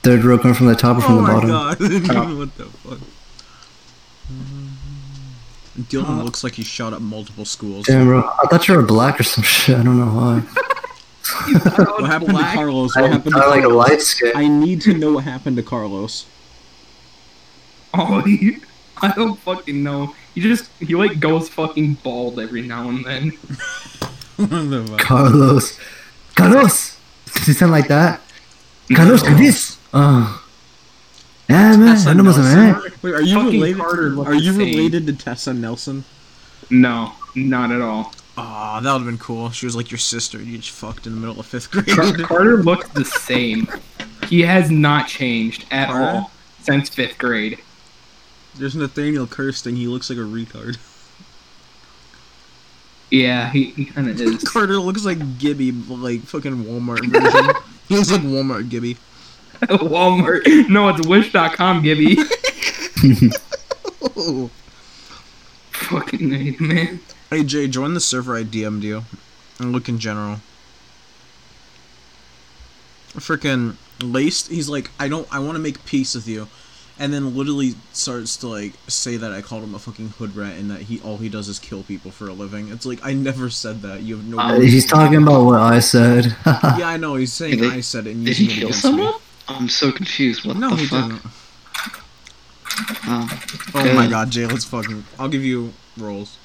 Third row coming from the top or <laughs> from Oh the my bottom? god! <laughs> Oh. what the fuck? Dylan looks like he shot up multiple schools. Damn, bro. I thought you were black or some shit. I don't know why. What happened to Carlos? I, What happened to I like a Carlos? light skin. I need to know what happened to Carlos. <laughs> <laughs> Oh, he, I don't fucking know. He just he like goes fucking bald every now and then. Carlos. Carlos! Did he sound like that? Carlos, Carlos! Oh. Yeah, man. I know what's up, man. Wait, are you Fucking related? Carter looked are you the same. related to Tessa Nelson? No, not at all. Aw, that would've been cool. She was like your sister. You just fucked in the middle of fifth grade. Car- Carter looks the same. He has not changed at Carter? all since fifth grade. <laughs> There's Nathaniel Kirsten. He looks like a retard. <laughs> Yeah, he, he kind of is. <laughs> Carter looks like Gibby, but, like fucking Walmart <laughs> version. he looks like Walmart Gibby. <laughs> <laughs> Walmart. No, it's Wish.com, Gibby. <laughs> Oh. fucking name, man. Hey Jay, join the server I DM'd you, and look in general. Freaking laced. He's like, I don't. I want to make peace with you, and then literally starts to like say that I called him a fucking hood rat and that he all he does is kill people for a living. It's like I never said that. You have no. Uh, right- He's talking about what I said. <laughs> yeah, I know. He's saying Did he- I said it. And Did using he it kill against me. someone? I'm so confused. What No, the he fuck? didn't. Oh. Oh my Good. god, Jay, let's fucking. I'll give you rolls.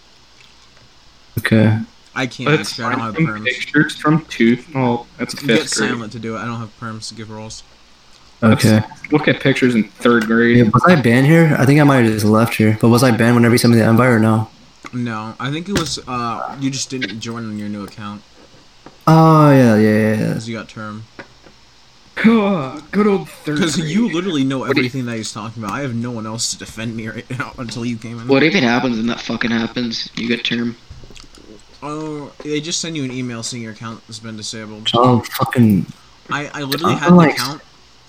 okay. I can't. Let's Actually, I don't have find some perms. pictures from tooth. Oh, that's Get fifth grade. silent to do it. I don't have perms to give rolls. Okay. Look at pictures in third Yeah, grade. was I banned here? I think I might have just left here. But was I banned whenever you sent me the invite or no? No, I think it was uh you just didn't join on your new account Oh, yeah, yeah, yeah. yeah. because you got term. <sighs> Good old third. Because grade. you literally know everything that he's talking about. I have no one else to defend me right now <laughs> until you came in. What if it happens and that fucking happens? You get term. Oh, they just send you an email saying your account has been disabled. John Oh, fucking. I I literally I'm had an like- account.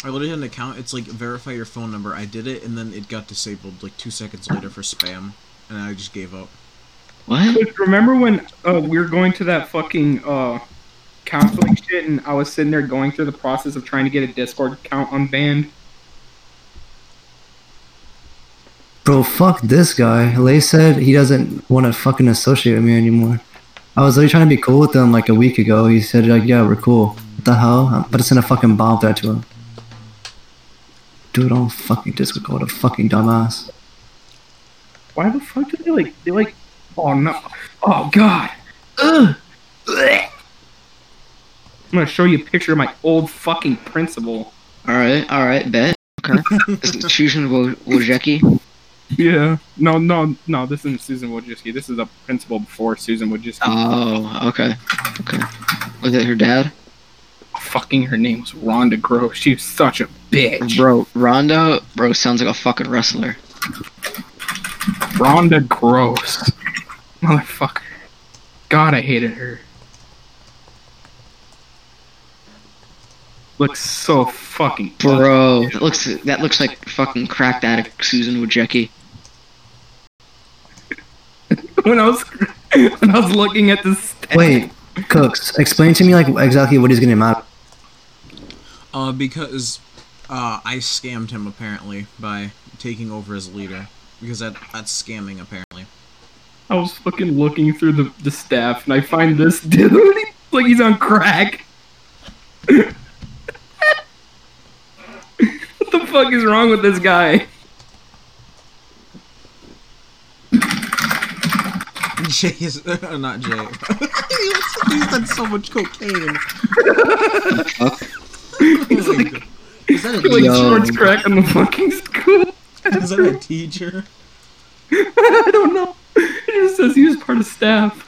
I literally had an account. It's like verify your phone number. I did it, and then it got disabled like two seconds later for spam, and I just gave up. What? But remember when uh, we were going to that fucking uh, counseling shit, and I was sitting there going through the process of trying to get a Discord account unbanned. Bro, fuck this guy. Lay said he doesn't want to fucking associate with me anymore. I was literally trying to be cool with him like a week ago. He said, like, yeah, we're cool. What the hell? But it's in a fucking bomb threat to him. Dude, on fucking Discord, what a fucking dumbass. Why the fuck did they like? They like? Oh no! Oh god! Ugh. Blech. I'm gonna show you a picture of my old fucking principal. Alright, alright, bet. Okay. this is Susan Wo- Wojcicki. Yeah. No, no, no. This isn't Susan Wojcicki. This is a principal before Susan Wojcicki. Oh, okay. Okay. Was it her dad? Fucking her name was Rhonda Gross. She was such a bitch. Bro, Rondo, bro, sounds like a fucking wrestler. Rhonda Gross. Motherfucker. God, I hated her. Looks so fucking. Bro, that looks that looks like fucking cracked addict Susan Wojcicki. <laughs> When I was when I was looking at this. Wait, Cooks, explain to me like exactly what he's getting mad. Uh, because uh I scammed him apparently by taking over as leader because that that's scamming apparently. I was fucking looking through the, the staff and I find this dude. <laughs> He's like he's on crack. <laughs> what the fuck is wrong with this guy? <laughs> Jay is <laughs> oh, not Jay. he looks like he's done so much <laughs> cocaine. Oh He's like, Is that a like Yo. George crack on the fucking school. is that a teacher? <laughs> I don't know. It just says he was part of staff.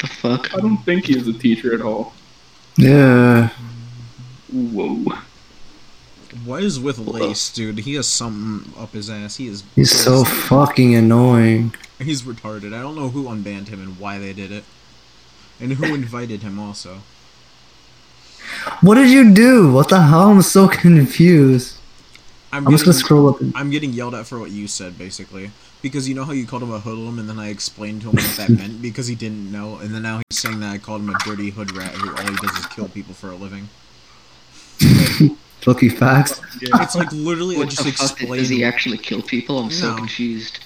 The fuck? I don't think he is a teacher at all. Yeah. Whoa. What is with Lace, dude? He has something up his ass. He is He's so fucking annoying. he's retarded. I don't know who unbanned him and why they did it, and who invited him also. What did you do? What the hell? I'm so <laughs> confused. I'm, I'm just getting, gonna scroll up. and- I'm getting yelled at for what you said, basically, because you know how you called him a hoodlum, and then I explained to him <laughs> what that meant because he didn't know, and then now he's saying that I called him a dirty hood rat who all he does is kill people for a living. Lucky facts. It's like literally I What just the fuck? explained. Does he actually kill people? I'm so No. confused.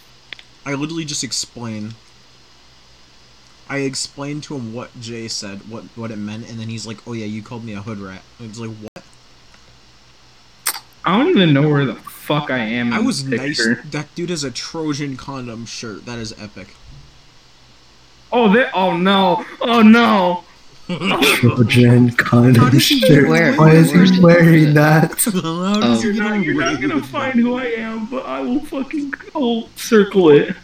I literally just explain. I explained to him what Jay said, what what it meant, and then he's like, "Oh yeah, you called me a hood rat." And it's like, "What? I don't even know where the fuck I am. I Hmm, in was this nice." picture. That dude has a Trojan condom shirt. That is epic. Oh, they. Oh no. Oh no. <laughs> Trojan condom does he shirt. wear it? Why is Where's he he wearing that? How Oh. does he <laughs> You're get not, you're away not gonna with find who I am, but I will fucking I'll circle it.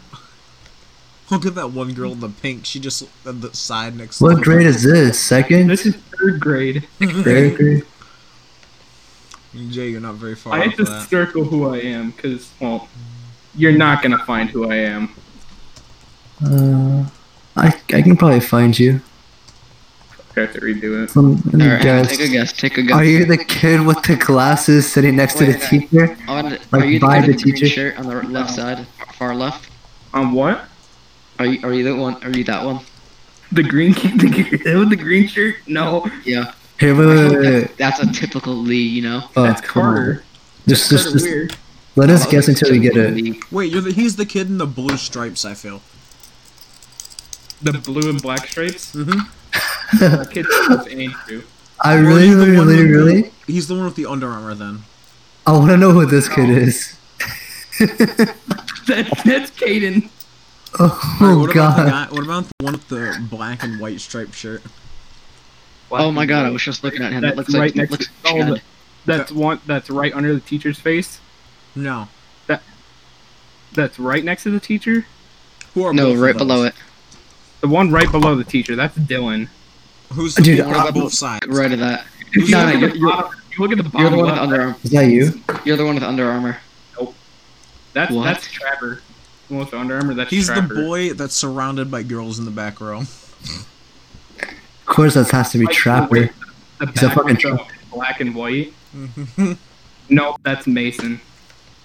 <laughs> Look at that one girl in the pink. She just on the side next. to What the- grade is this? Second? This is third grade. Third grade? <laughs> Jay, you're not very far I off have to of that. circle who I am, cause well, you're not gonna find who I am. Uh, I I can probably find you. I have to redo Let it. me- let me Alright, guess. take a guess. Take a guess. Are you the kid with the glasses sitting next to the Wait, teacher? on, like, are you the by guy with the the green teacher? shirt on the r- left side, far left? Um, what? Are you are you that one? Are you that one? The green <laughs> kid with the green shirt? No, Yeah. Hey, wait, wait, wait, wait. That's a typical Lee, you know. Oh, that's come on. Carter. Just, just, Carter just Weir. let us Oh, guess until we get it. Lee. Wait, you're the, he's the kid in the blue stripes. I feel. The blue and black stripes. Mm-hmm. That kid's supposed to aim you. I really, really, really, really. He's the one with the Under Armour. Then I want to know who this kid is. That, that's Caden. <laughs> Oh Alright, what about the god. guy- what about the one with the black and white striped shirt? Oh my god, I was just looking at him. That That's looks right like that next looks to like all Chad. the- That's one. That's right under the teacher's face. No. That's right next to the teacher. Who are No, both of right those? below it. The one right below the teacher. That's Dylan. Who's the Dude, one I- on both sides? Right of that. If <laughs> you No, look no, at the bottom- you look at the You're the bottom one with left. Under Armour. Is that you? You're the one with Under Armour. That's What? that's Trevor. The one with Under Armour. That's He's Trevor. the boy that's surrounded by girls in the back row. <laughs> Of course, that has to be Like, Trapper. the- The He's a back fucking with the Black and white. No, that's Mason.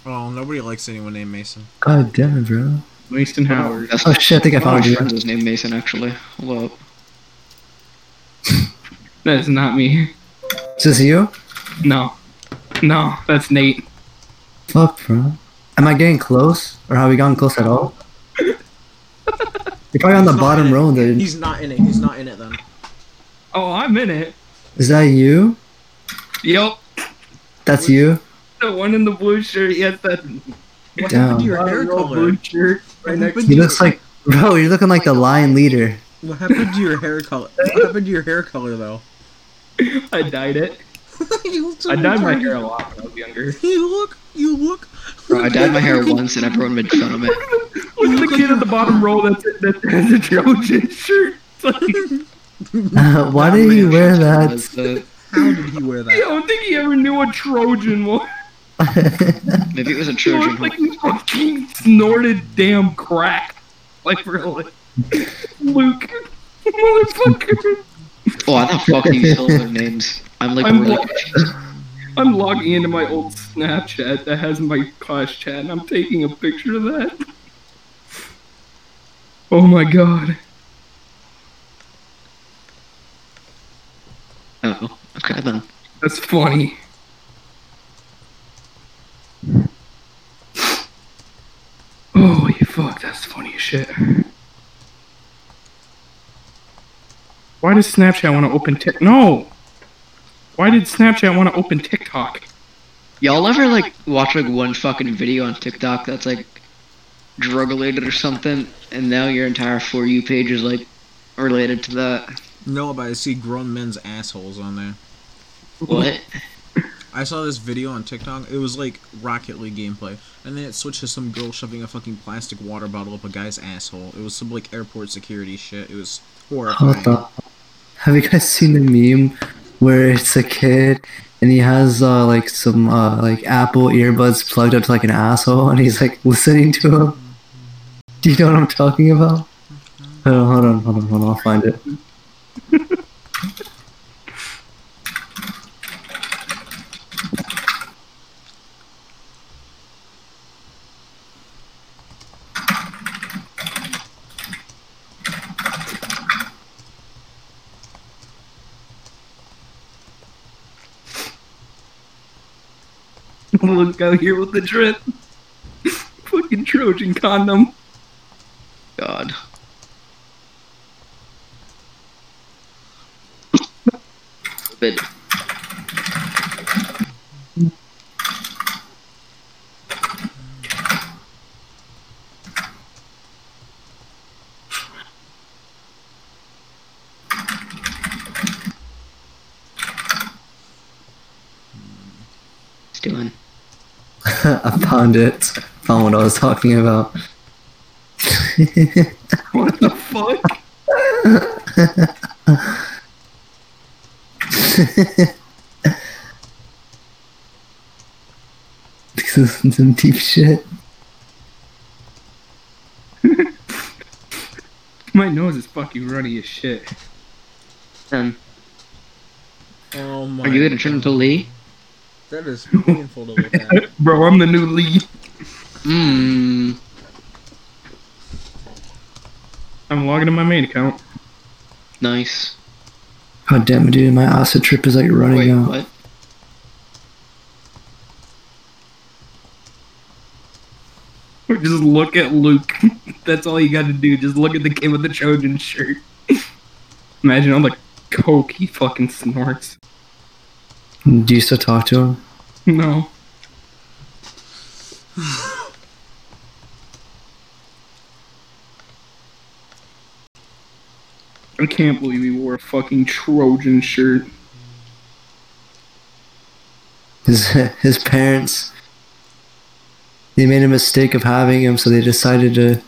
oh, nobody likes anyone named Mason. God damn it, bro. Mason Howard. That's Oh shit, I think one I of found my you. friends is named Mason actually. Hold up. That's not me. Is this you? No, no, that's Nate. Fuck, bro. Am I getting close? Or have we gotten close at <laughs> all? You're probably on the bottom row, dude. He's not in it. He's not in it then. Oh, I'm in it. Is that you? Yep, That's you? <laughs> the one in the blue shirt. Yes, that's What Damn. happened to your hair Royal color? blue shirt. Right next. What He happened looks to- like, bro, you're looking like the lion leader. <laughs> What happened to your hair color? What happened to your hair color though? <laughs> I dyed it. <laughs> you look so I dyed my retarded. hair a lot when I was younger. You look. You look. Bro, I dyed my hair <laughs> once and everyone made fun of it. Look at the kid at the bottom row. That's that has a Trojan <laughs> shirt. It's like, Why did he wear that? How did he wear I that? don't think he ever knew what Trojan was. <laughs> <laughs> Maybe it was a He Trojan looked horse. like he fucking snorted damn crack. Like <laughs> really, Luke, <laughs> motherfucker. Oh, I thought fuck these all their names. I'm like I'm really lo- I'm logging into my old Snapchat that has my Clash chat, and I'm taking a picture of that. Oh my god. Oh, okay then. That's funny. Holy fuck, that's funny as shit. Why does Snapchat want to open Tik? No. Why did Snapchat want to open TikTok? Y'all ever like watch like one fucking video on TikTok that's like drug related or something, and now your entire for you page is like related to that? No, but I see grown men's assholes on there. What? I saw this video on TikTok. It was like Rocket League gameplay, and then it switched to some girl shoving a fucking plastic water bottle up a guy's asshole. It was some like airport security shit. It was horrifying. What the? Have you guys seen the meme where it's a kid and he has uh, like some uh, like Apple earbuds plugged up to like an asshole and he's like listening to him? Do you know what I'm talking about? Hold on, hold on, hold on, hold on I'll find it. <laughs> Let's go here with the drip. Fucking Trojan condom. God. But it's doing. I found it. Found what I was talking about. What the fuck? this is some deep shit. My nose is fucking runny as shit. Um, Oh my. are you gonna turn to Lee? That is painful to look at. <laughs> Bro, I'm the new Lee. Mmm. I'm logging in my main account. Nice. God damn it, dude. My acid trip is like running Wait, out. what? Just look at Luke. <laughs> That's all you gotta do. Just look at the kid with the Trojan shirt. Imagine all the coke he fucking snorts. Do you still talk to him? No. I can't believe he wore a fucking Trojan shirt. His <laughs> his parents they made a mistake of having him, so they decided to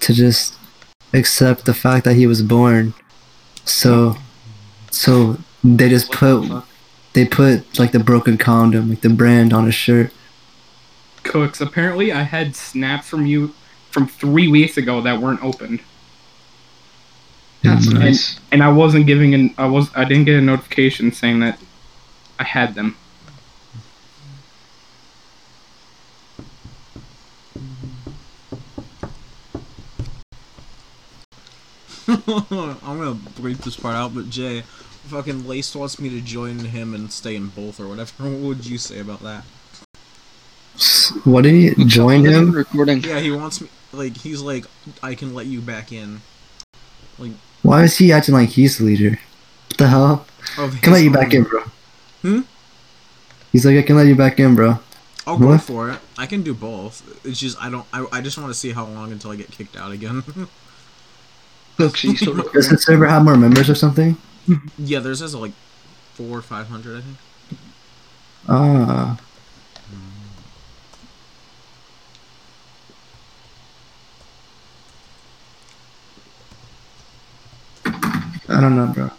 to just accept the fact that he was born. So so they just put they put like the broken condom, like the brand on his shirt. Cooks, apparently I had snaps from you from three weeks ago that weren't opened. That's nice. And I wasn't giving an I was I didn't get a notification saying that I had them. I'm gonna bleep this part out, but Jay, fucking Lace wants me to join him and stay in both or whatever. <laughs> What would you say about that? What did he join We're him? recording. Yeah, he wants me. Like he's like, I can let you back in. Why is he acting like he's the leader? What the hell? Of I can let his you back own- in, bro. Hmm? He's like, I can let you back in, bro. I'll go What? for it. I can do both. It's just I don't. I, I just want to see how long until I get kicked out again. <laughs> Cooks, are you <laughs> still Does recording? the server have more members or something? yeah, there's as like four or five hundred. I think. Ah. I don't know, bro.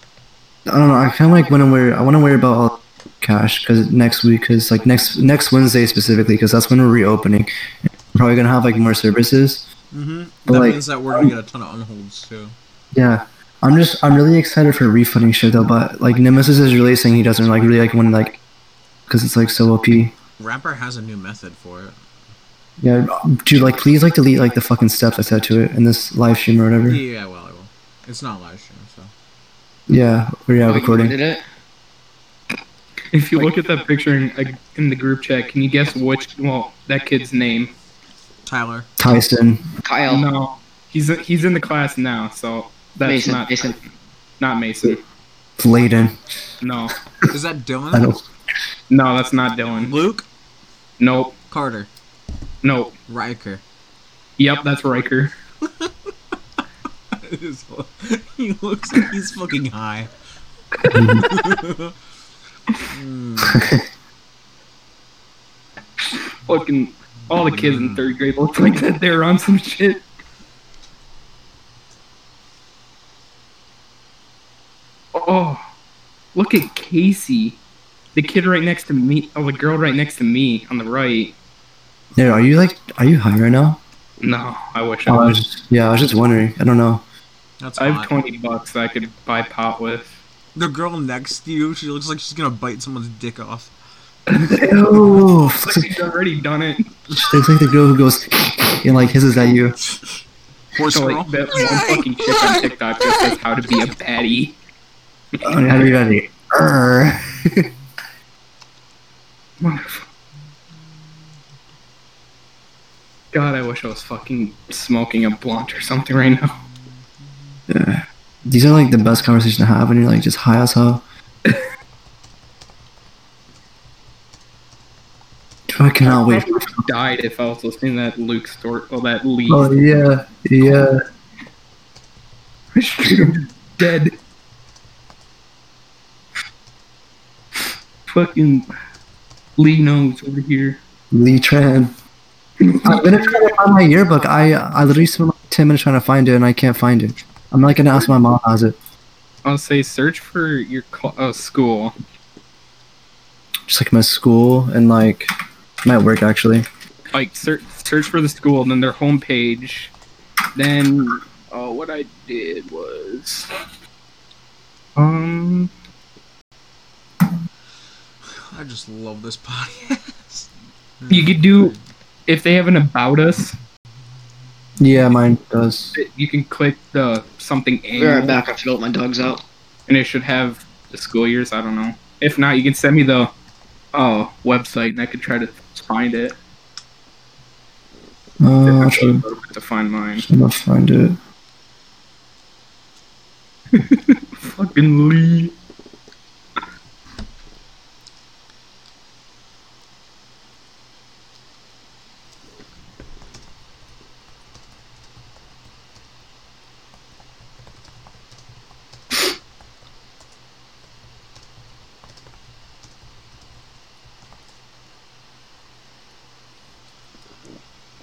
I don't know. I kind of like want to wear. I want to worry about all cash because next week, because like next next Wednesday specifically, because that's when we're reopening. We're probably gonna have like more services. Mm-hmm. But, That like- means that we're gonna get a ton of unholds too. Yeah, I'm just I'm really excited for refunding shit though. But like Nemesis is really saying he doesn't like really like when like because it's like so OP. Rapper has a new method for it. Yeah, dude, like, please, like, delete, like, the fucking steps I said to it in this live stream or whatever. Yeah, Yeah, well, I will. It's not live stream, so. we're yeah, Wait, you recording. did it? If you look at that picture in, in the group chat, can you guess which? Well, that kid's name. Tyler. Tyson. Kyle. No, he's he's in the class now, so that's Mason. not Mason. not Mason. Layden. No, Is that Dylan? I don't. no, that's not Dylan. Luke. Nope, Carter. nope. Riker. <laughs> Yep, that's Riker. he looks like <laughs> he's fucking high. Hmm. fucking all the kids in third grade looked like that. They were on some shit. Oh, look at Casey, the kid right next to me. Oh, the girl right next to me on the right. There, are you like, are you high right now? No, I wish Oh, I I was. was just, yeah, I was just wondering. I don't know. That's I have odd. twenty bucks that I could buy pot with. The girl next to you, she looks like she's gonna bite someone's dick off. Ew, It's like she's already done it. Oh, it's like the girl who goes and like hisses at you. Horse So, girl. like, that one fucking chick on TikTok just says how to be a baddie. Oh, how do you got it? Err. Motherf- God, I wish I was fucking smoking a blunt or something right now. These are like the best conversation to have when you're like just high as <laughs> hell. I cannot wait. I would've died if I was listening to that Luke story. Oh, that Lee. Oh yeah, yeah. I shoot him dead. Fucking Lee knows over here. Lee Tran. I've been trying to find my yearbook. I I literally spent like ten minutes trying to find it and I can't find it. I'm not gonna ask my mom how's it. I'll say search for your cl- uh, school. Just like my school and like my work actually. like search search for the school, then their homepage. Then uh, what I did was um I just love this <laughs> podcast. you could do if they have an about us, Yeah, mine does. you can click the something Be right annual, back. I have to go let my dogs out. and it should have the school years. I don't know. If not, you can send me the uh, website, and I could try to find it. Uh, I'll I'll try to find mine. try to find it. <laughs> <laughs> Fucking Lee.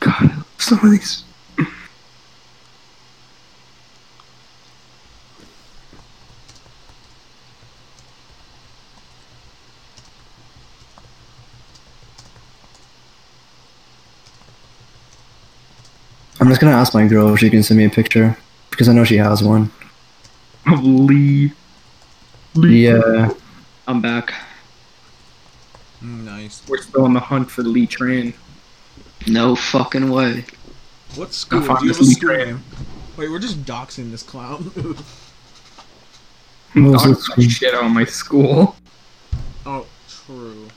God, some of these I'm just gonna ask my girl if she can send me a picture because I know she has one. of Lee. Lee. Yeah, I'm back. Nice. We're still on the hunt for Lee Tran. No fucking way. What school? Do find you this have a Lee school Tran. name? Wait, we're just doxing this clown. <laughs> What was Dog this the shit out of my school. oh, true.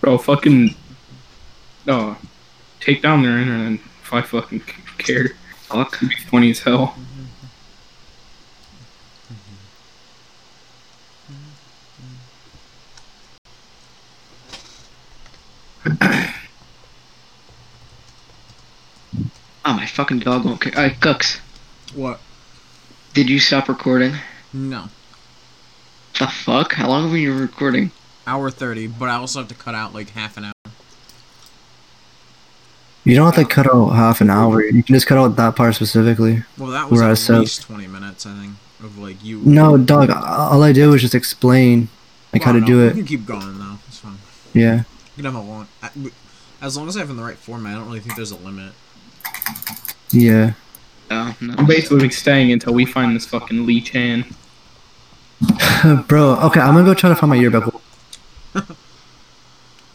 Bro, fucking. No. Take down their internet if I fucking c- care. Fuck. It'd be funny as hell. Oh, my fucking dog won't care. Alright, Cooks. What? Did you stop recording? No. The fuck? How long have we been recording? Hour 30, but I also have to cut out like half an hour. you don't have to cut out half an hour. You can just cut out that part specifically. Well, that was Where I at said- least 20 minutes, I think, of like you. No, dog. All I did was just explain like how Well, to no, do We it. can keep going, though. It's fine. Yeah. You can have a long. I- we- As long as I have in the right format, I don't really think there's a limit. Yeah. <laughs> Oh, no. I'm basically staying until we find this fucking Lee Chan. Bro, okay, I'm gonna go try to find my yearbook.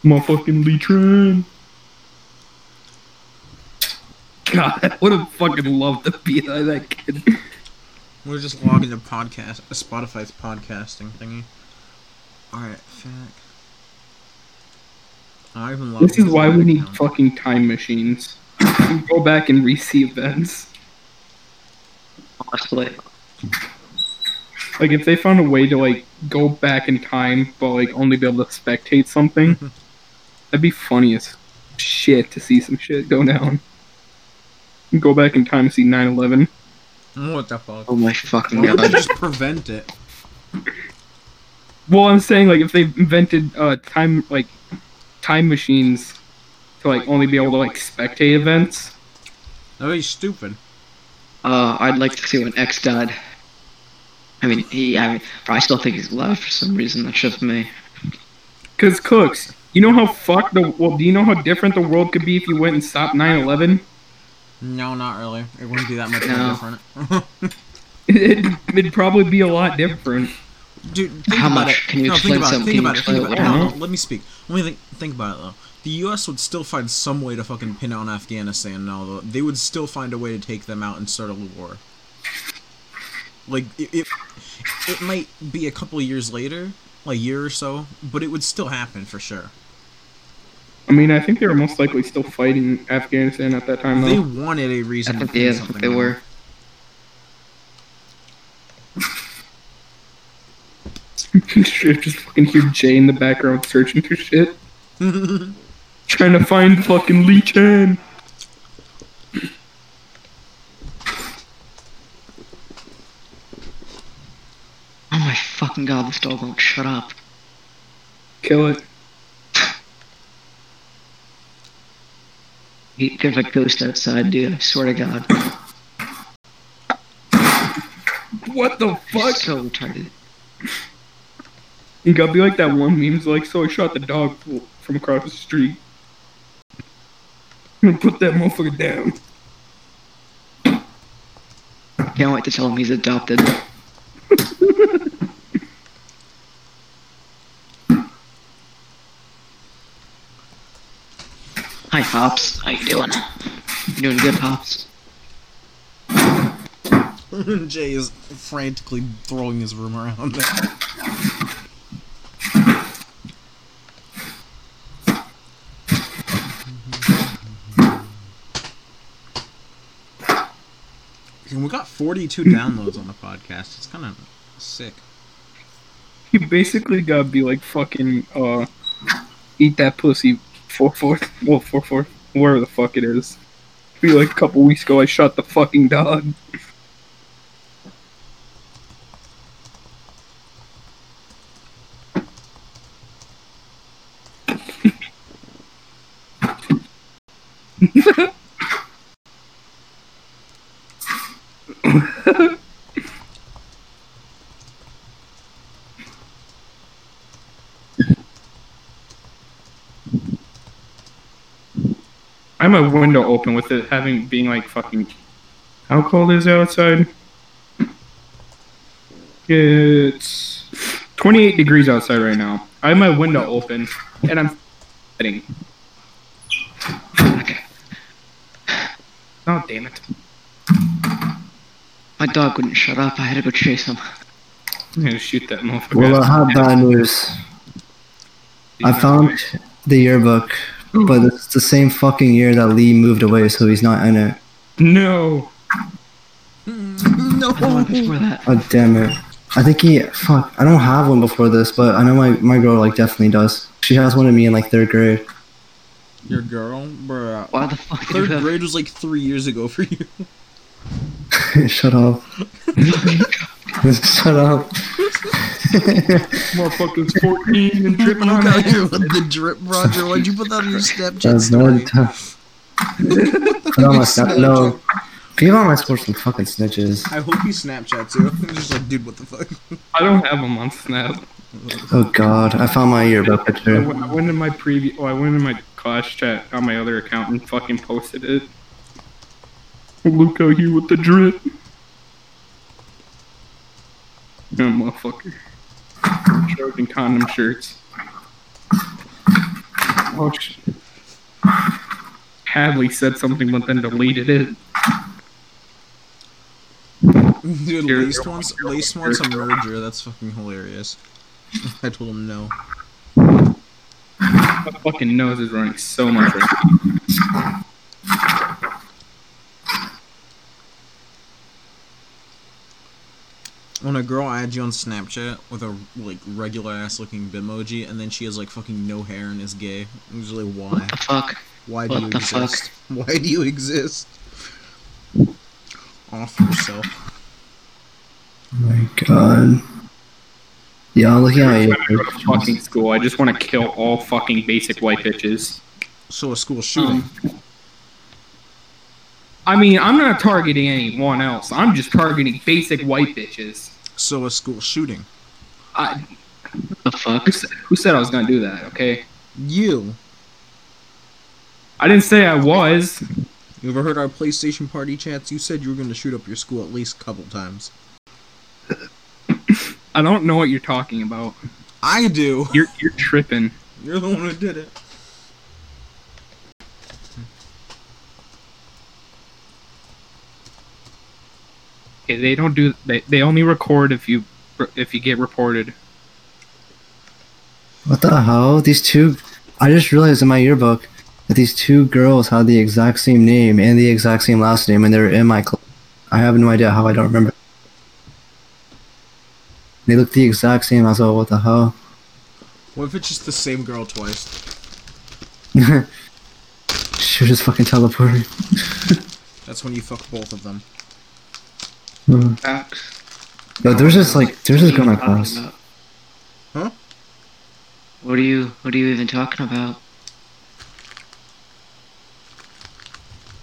My fucking Lee Tran. God, I would have fucking loved to be like that kid. We're just logging the podcast, uh, Spotify's podcasting thingy. Alright, fuck. I even logged This is into why that we need account. fucking time machines. We go back and re-see events. honestly. Like if they found a way to like go back in time but like only be able to spectate something, that'd be funny as shit to see some shit go down. Go back in time and see 9/11. What the <laughs> fuck? Oh my fucking Why would you god. just prevent it? Well, I'm saying like if they invented uh time like time machines to like only be able to like spectate events. No, he's stupid. Uh, I'd like to see when X died. I mean, he. I mean, I still think he's alive for some reason. That's just me. Cause cooks, you know how fucked the well, do you know how different the world could be if you went and stopped 9/11? No, not really. It wouldn't be that much No. different. <laughs> <laughs> It'd, it'd probably be a lot different. Dude, think How about much? it. Can you no, explain think about something? It. Think Can you about it. Think about it. explain what No, no, happened? let me speak. Let me think. Think about it though. The U.S. would still find some way to fucking pin down Afghanistan and all though. They would still find a way to take them out and start a war. Like it, it, it might be a couple years later, a year or so, but it would still happen for sure. I mean, I think they were most likely still fighting Afghanistan at that time. They Though. <laughs> wanted a I reason. to think pin yeah, that's what something they down. were. just fucking hear Jay in the background searching for shit, <laughs> trying to find fucking Lee Chan. Oh my fucking god, this dog won't shut up. Kill it. He, there's a ghost outside, dude. I swear to God. What the fuck? So retarded. You gotta be like that one meme's like, so I shot the dog fo- from across the street. I'm gonna put that motherfucker down. Can't wait to tell him he's adopted. Hi, Pops. How you doing? You doing good, Pops? <laughs> Jay is frantically throwing his room around. <laughs> And we got 42 downloads on the podcast. It's kind of sick. You basically gotta be like fucking, uh, eat that pussy 4 4. Well, 4 4. Wherever the fuck it is. Be like a couple weeks ago, I shot the fucking dog. I have my window open with it having being like fucking. How cold is it outside? It's 28 degrees outside right now. I have my window open and I'm sitting. Oh damn it! My dog wouldn't shut up. I had to go chase him. I'm gonna shoot that motherfucker. Well, I have bad news. I found the yearbook, but it's the same fucking year that Lee moved away, so he's not in it. No. I don't want for that. Oh damn it! I think he fuck. I don't have one before this, but I know my my girl like definitely does. She has one of me in like third grade. <laughs> Your girl? Bruh. Why the fuck did you <laughs> Third have grade was like three years ago for <laughs> you. Shut up. <laughs> Shut up. Motherfucker's 14 <laughs> and Look tripping on at that. you <laughs> with the drip, Roger. Why'd you put that on your Snapchat That's no story? tough. Put on my snap. No. People on my sports some fucking snitches. I hope you Snapchat too. <laughs> just like, dude, what the fuck? I don't have him on Snap. Oh god, I found my yearbook I picture. Oh, went, I went in my preview. Oh, I went in my Clash chat on my other account and fucking posted it. Look out here with the drip. Yeah, motherfucker. Trojan condom shirts. Oh, sh- Hadley said something but then deleted it. <laughs> Dude, Here- Lace wants Lace wants a merger. That's fucking hilarious. I told him no. My fucking nose is running so much right When a girl adds you on Snapchat with a like regular ass looking bitmoji, and then she has like fucking no hair and is gay, I'm just like, why? the fuck? Why do What you the fuck? exist? <laughs> Why do you exist? Off yourself. My god. Yeah, I'm looking at my I go yearbook. to fucking school. I just want to kill all fucking basic white bitches. So a Hmm. school shooting. I mean, I'm not targeting anyone else. I'm just targeting basic white bitches. so a school shooting. I, The fuck? who, said, who said I was gonna do that? Okay, You. I didn't say I was. You ever heard our PlayStation party chats? You said you were going to shoot up your school at least a couple times. I don't know what you're talking about. I do. <laughs> You're you're tripping. You're the one who did it. Okay, they don't do. They, they only record if you if you get reported. What the hell? These two. I just realized in my yearbook that these two girls had the exact same name and the exact same last name, and they were in my class. I have no idea how I don't remember. They looked the exact same. I was like, what the hell? <laughs> What if it's just the same girl twice? She was just fucking teleporting. That's when you fuck both of them. Facts. Yo, there's this like, there's this girl in my What are you class. talking Huh? about? What are you? What are you even talking about?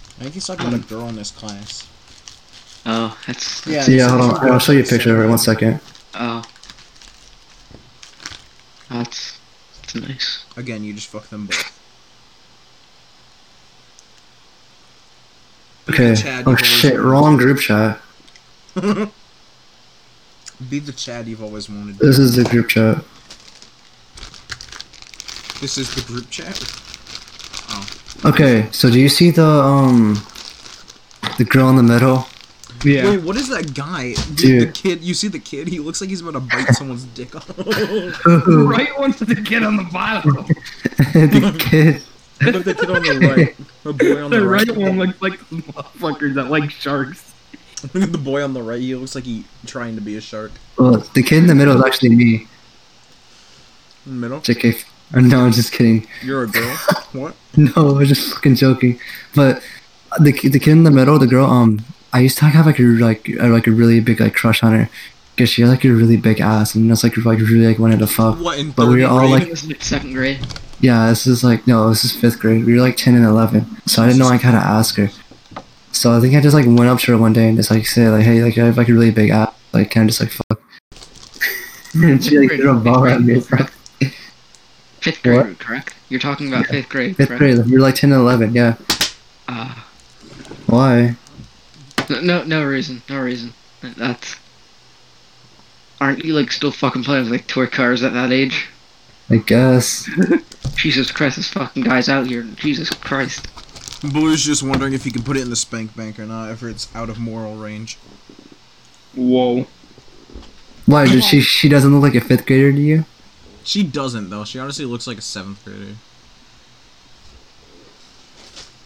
I think he's talking about a girl in this class. Oh, that's. Yeah. Yeah, hold on. I'll show you a picture of her. One second. Oh. That's. That's nice. Again, you just fuck them both. Okay. Oh shit, wrong group chat. Be the Chad you've always wanted. This is the group chat. This is the group chat. Okay, so do you see the um, the girl in the middle? Yeah. Wait, what is that guy? Dude, the Dude. kid. You see the kid? He looks like he's about to bite someone's dick <laughs> off. but Right one to get on the bottom. the kid. the kid on the right, the boy on the, The right, right one looks like the motherfuckers that like sharks. Look at the boy on the right. He looks like he trying to be a shark. Well, the kid in the middle is actually me. In the middle, JK. Oh, no, I'm just kidding. <laughs> you're a girl. <laughs> what? No, I was just fucking joking. But the ki- the kid in the middle, the girl. Um, I used to have like a like a, like a really big like crush on her, cause she had like a really big ass, and that's like like really like wanted to fuck. What in But we third were all grade? Oh, like, Wasn't it second grade? yeah, this is like no, this is fifth grade. We were like ten and eleven, so I didn't know like how to ask her. So I think I just like went up to her one day and just like said like, hey, like I have like a really big ass, like can I just like fuck? <laughs> and she like threw a ball at me. Fifth grade, What? correct? You're talking about fifth grade, Fifth correct? grade, we were like ten and eleven. Yeah, Uh, why? no, no, no reason, no reason. That's. Aren't you like still fucking playing with like toy cars at that age? I guess. Jesus Christ, this fucking guy's out here. Jesus Christ. Blue's just wondering if he can put it in the spank bank or not, if it's out of moral range. Whoa. Why did she? She doesn't look like a fifth grader to you? She doesn't though. She honestly looks like a seventh grader.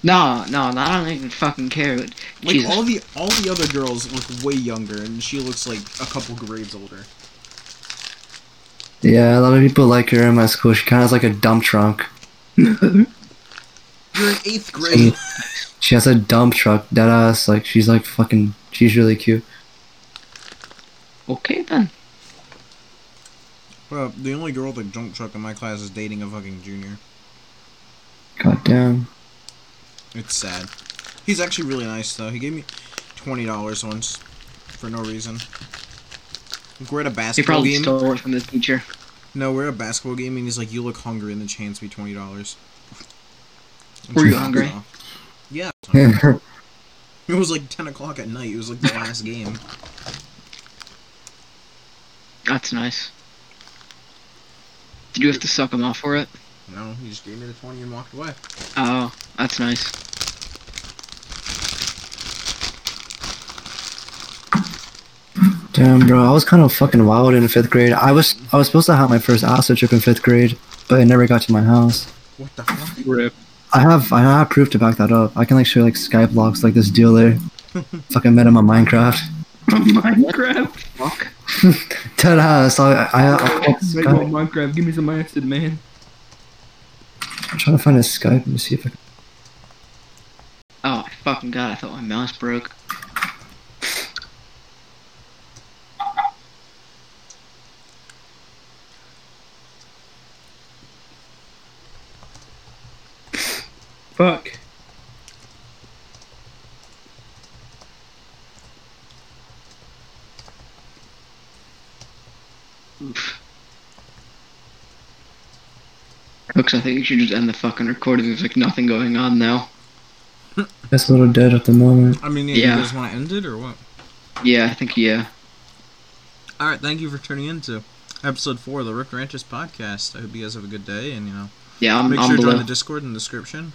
No, no, no, I don't even fucking care. Like, Like Jesus. all the all the other girls look way younger, and she looks like a couple grades older. Yeah, a lot of people like her in my school. She kind of has like a dump trunk. You're in eighth grade. She has a dump truck. That ass. Like she's like fucking. She's really cute. okay then. Bro, the only girl with a junk truck in my class is dating a fucking junior. God damn. <laughs> It's sad. He's actually really nice though. He gave me twenty dollars once for no reason. Like, we're at a He basketball probably game. stole it from the teacher. No, we're at a basketball game, and he's like, "You look hungry," and then she hands me twenty dollars. Were you hungry? Yeah. Damn. It was like ten o'clock at night. It was like the last game. That's nice. Did you have to suck him off for it? No, he just gave me the twenty and walked away. Oh, that's nice. bro. I was kind of fucking wild in fifth grade. I was. I was supposed to have my first acid trip in fifth grade, but it never got to my house. What the fuck? Rip. I have. I have proof to back that up. I can like show like Skype logs like this <laughs> dealer. fucking met him on Minecraft. <laughs> Minecraft. Fuck. Dead ass. I. I, I, I Make more Minecraft. Give me some acid, man. I'm trying to find his Skype and see if I can. Oh, fucking god, I thought my mouse broke. Hooks, I think you should just end the fucking recording. There's like nothing going on now. That's what I'm dead at the moment. I mean, yeah, Yeah. you guys want to end it or what? Yeah, I think yeah. All right, thank you for tuning in to episode four of the Ripped Ranchers podcast. I hope you guys have a good day, and you know, Yeah, I'm, make I'm sure to below. join the Discord in the description.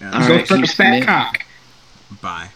And All Go right, for the keep fat mid- cock. bye.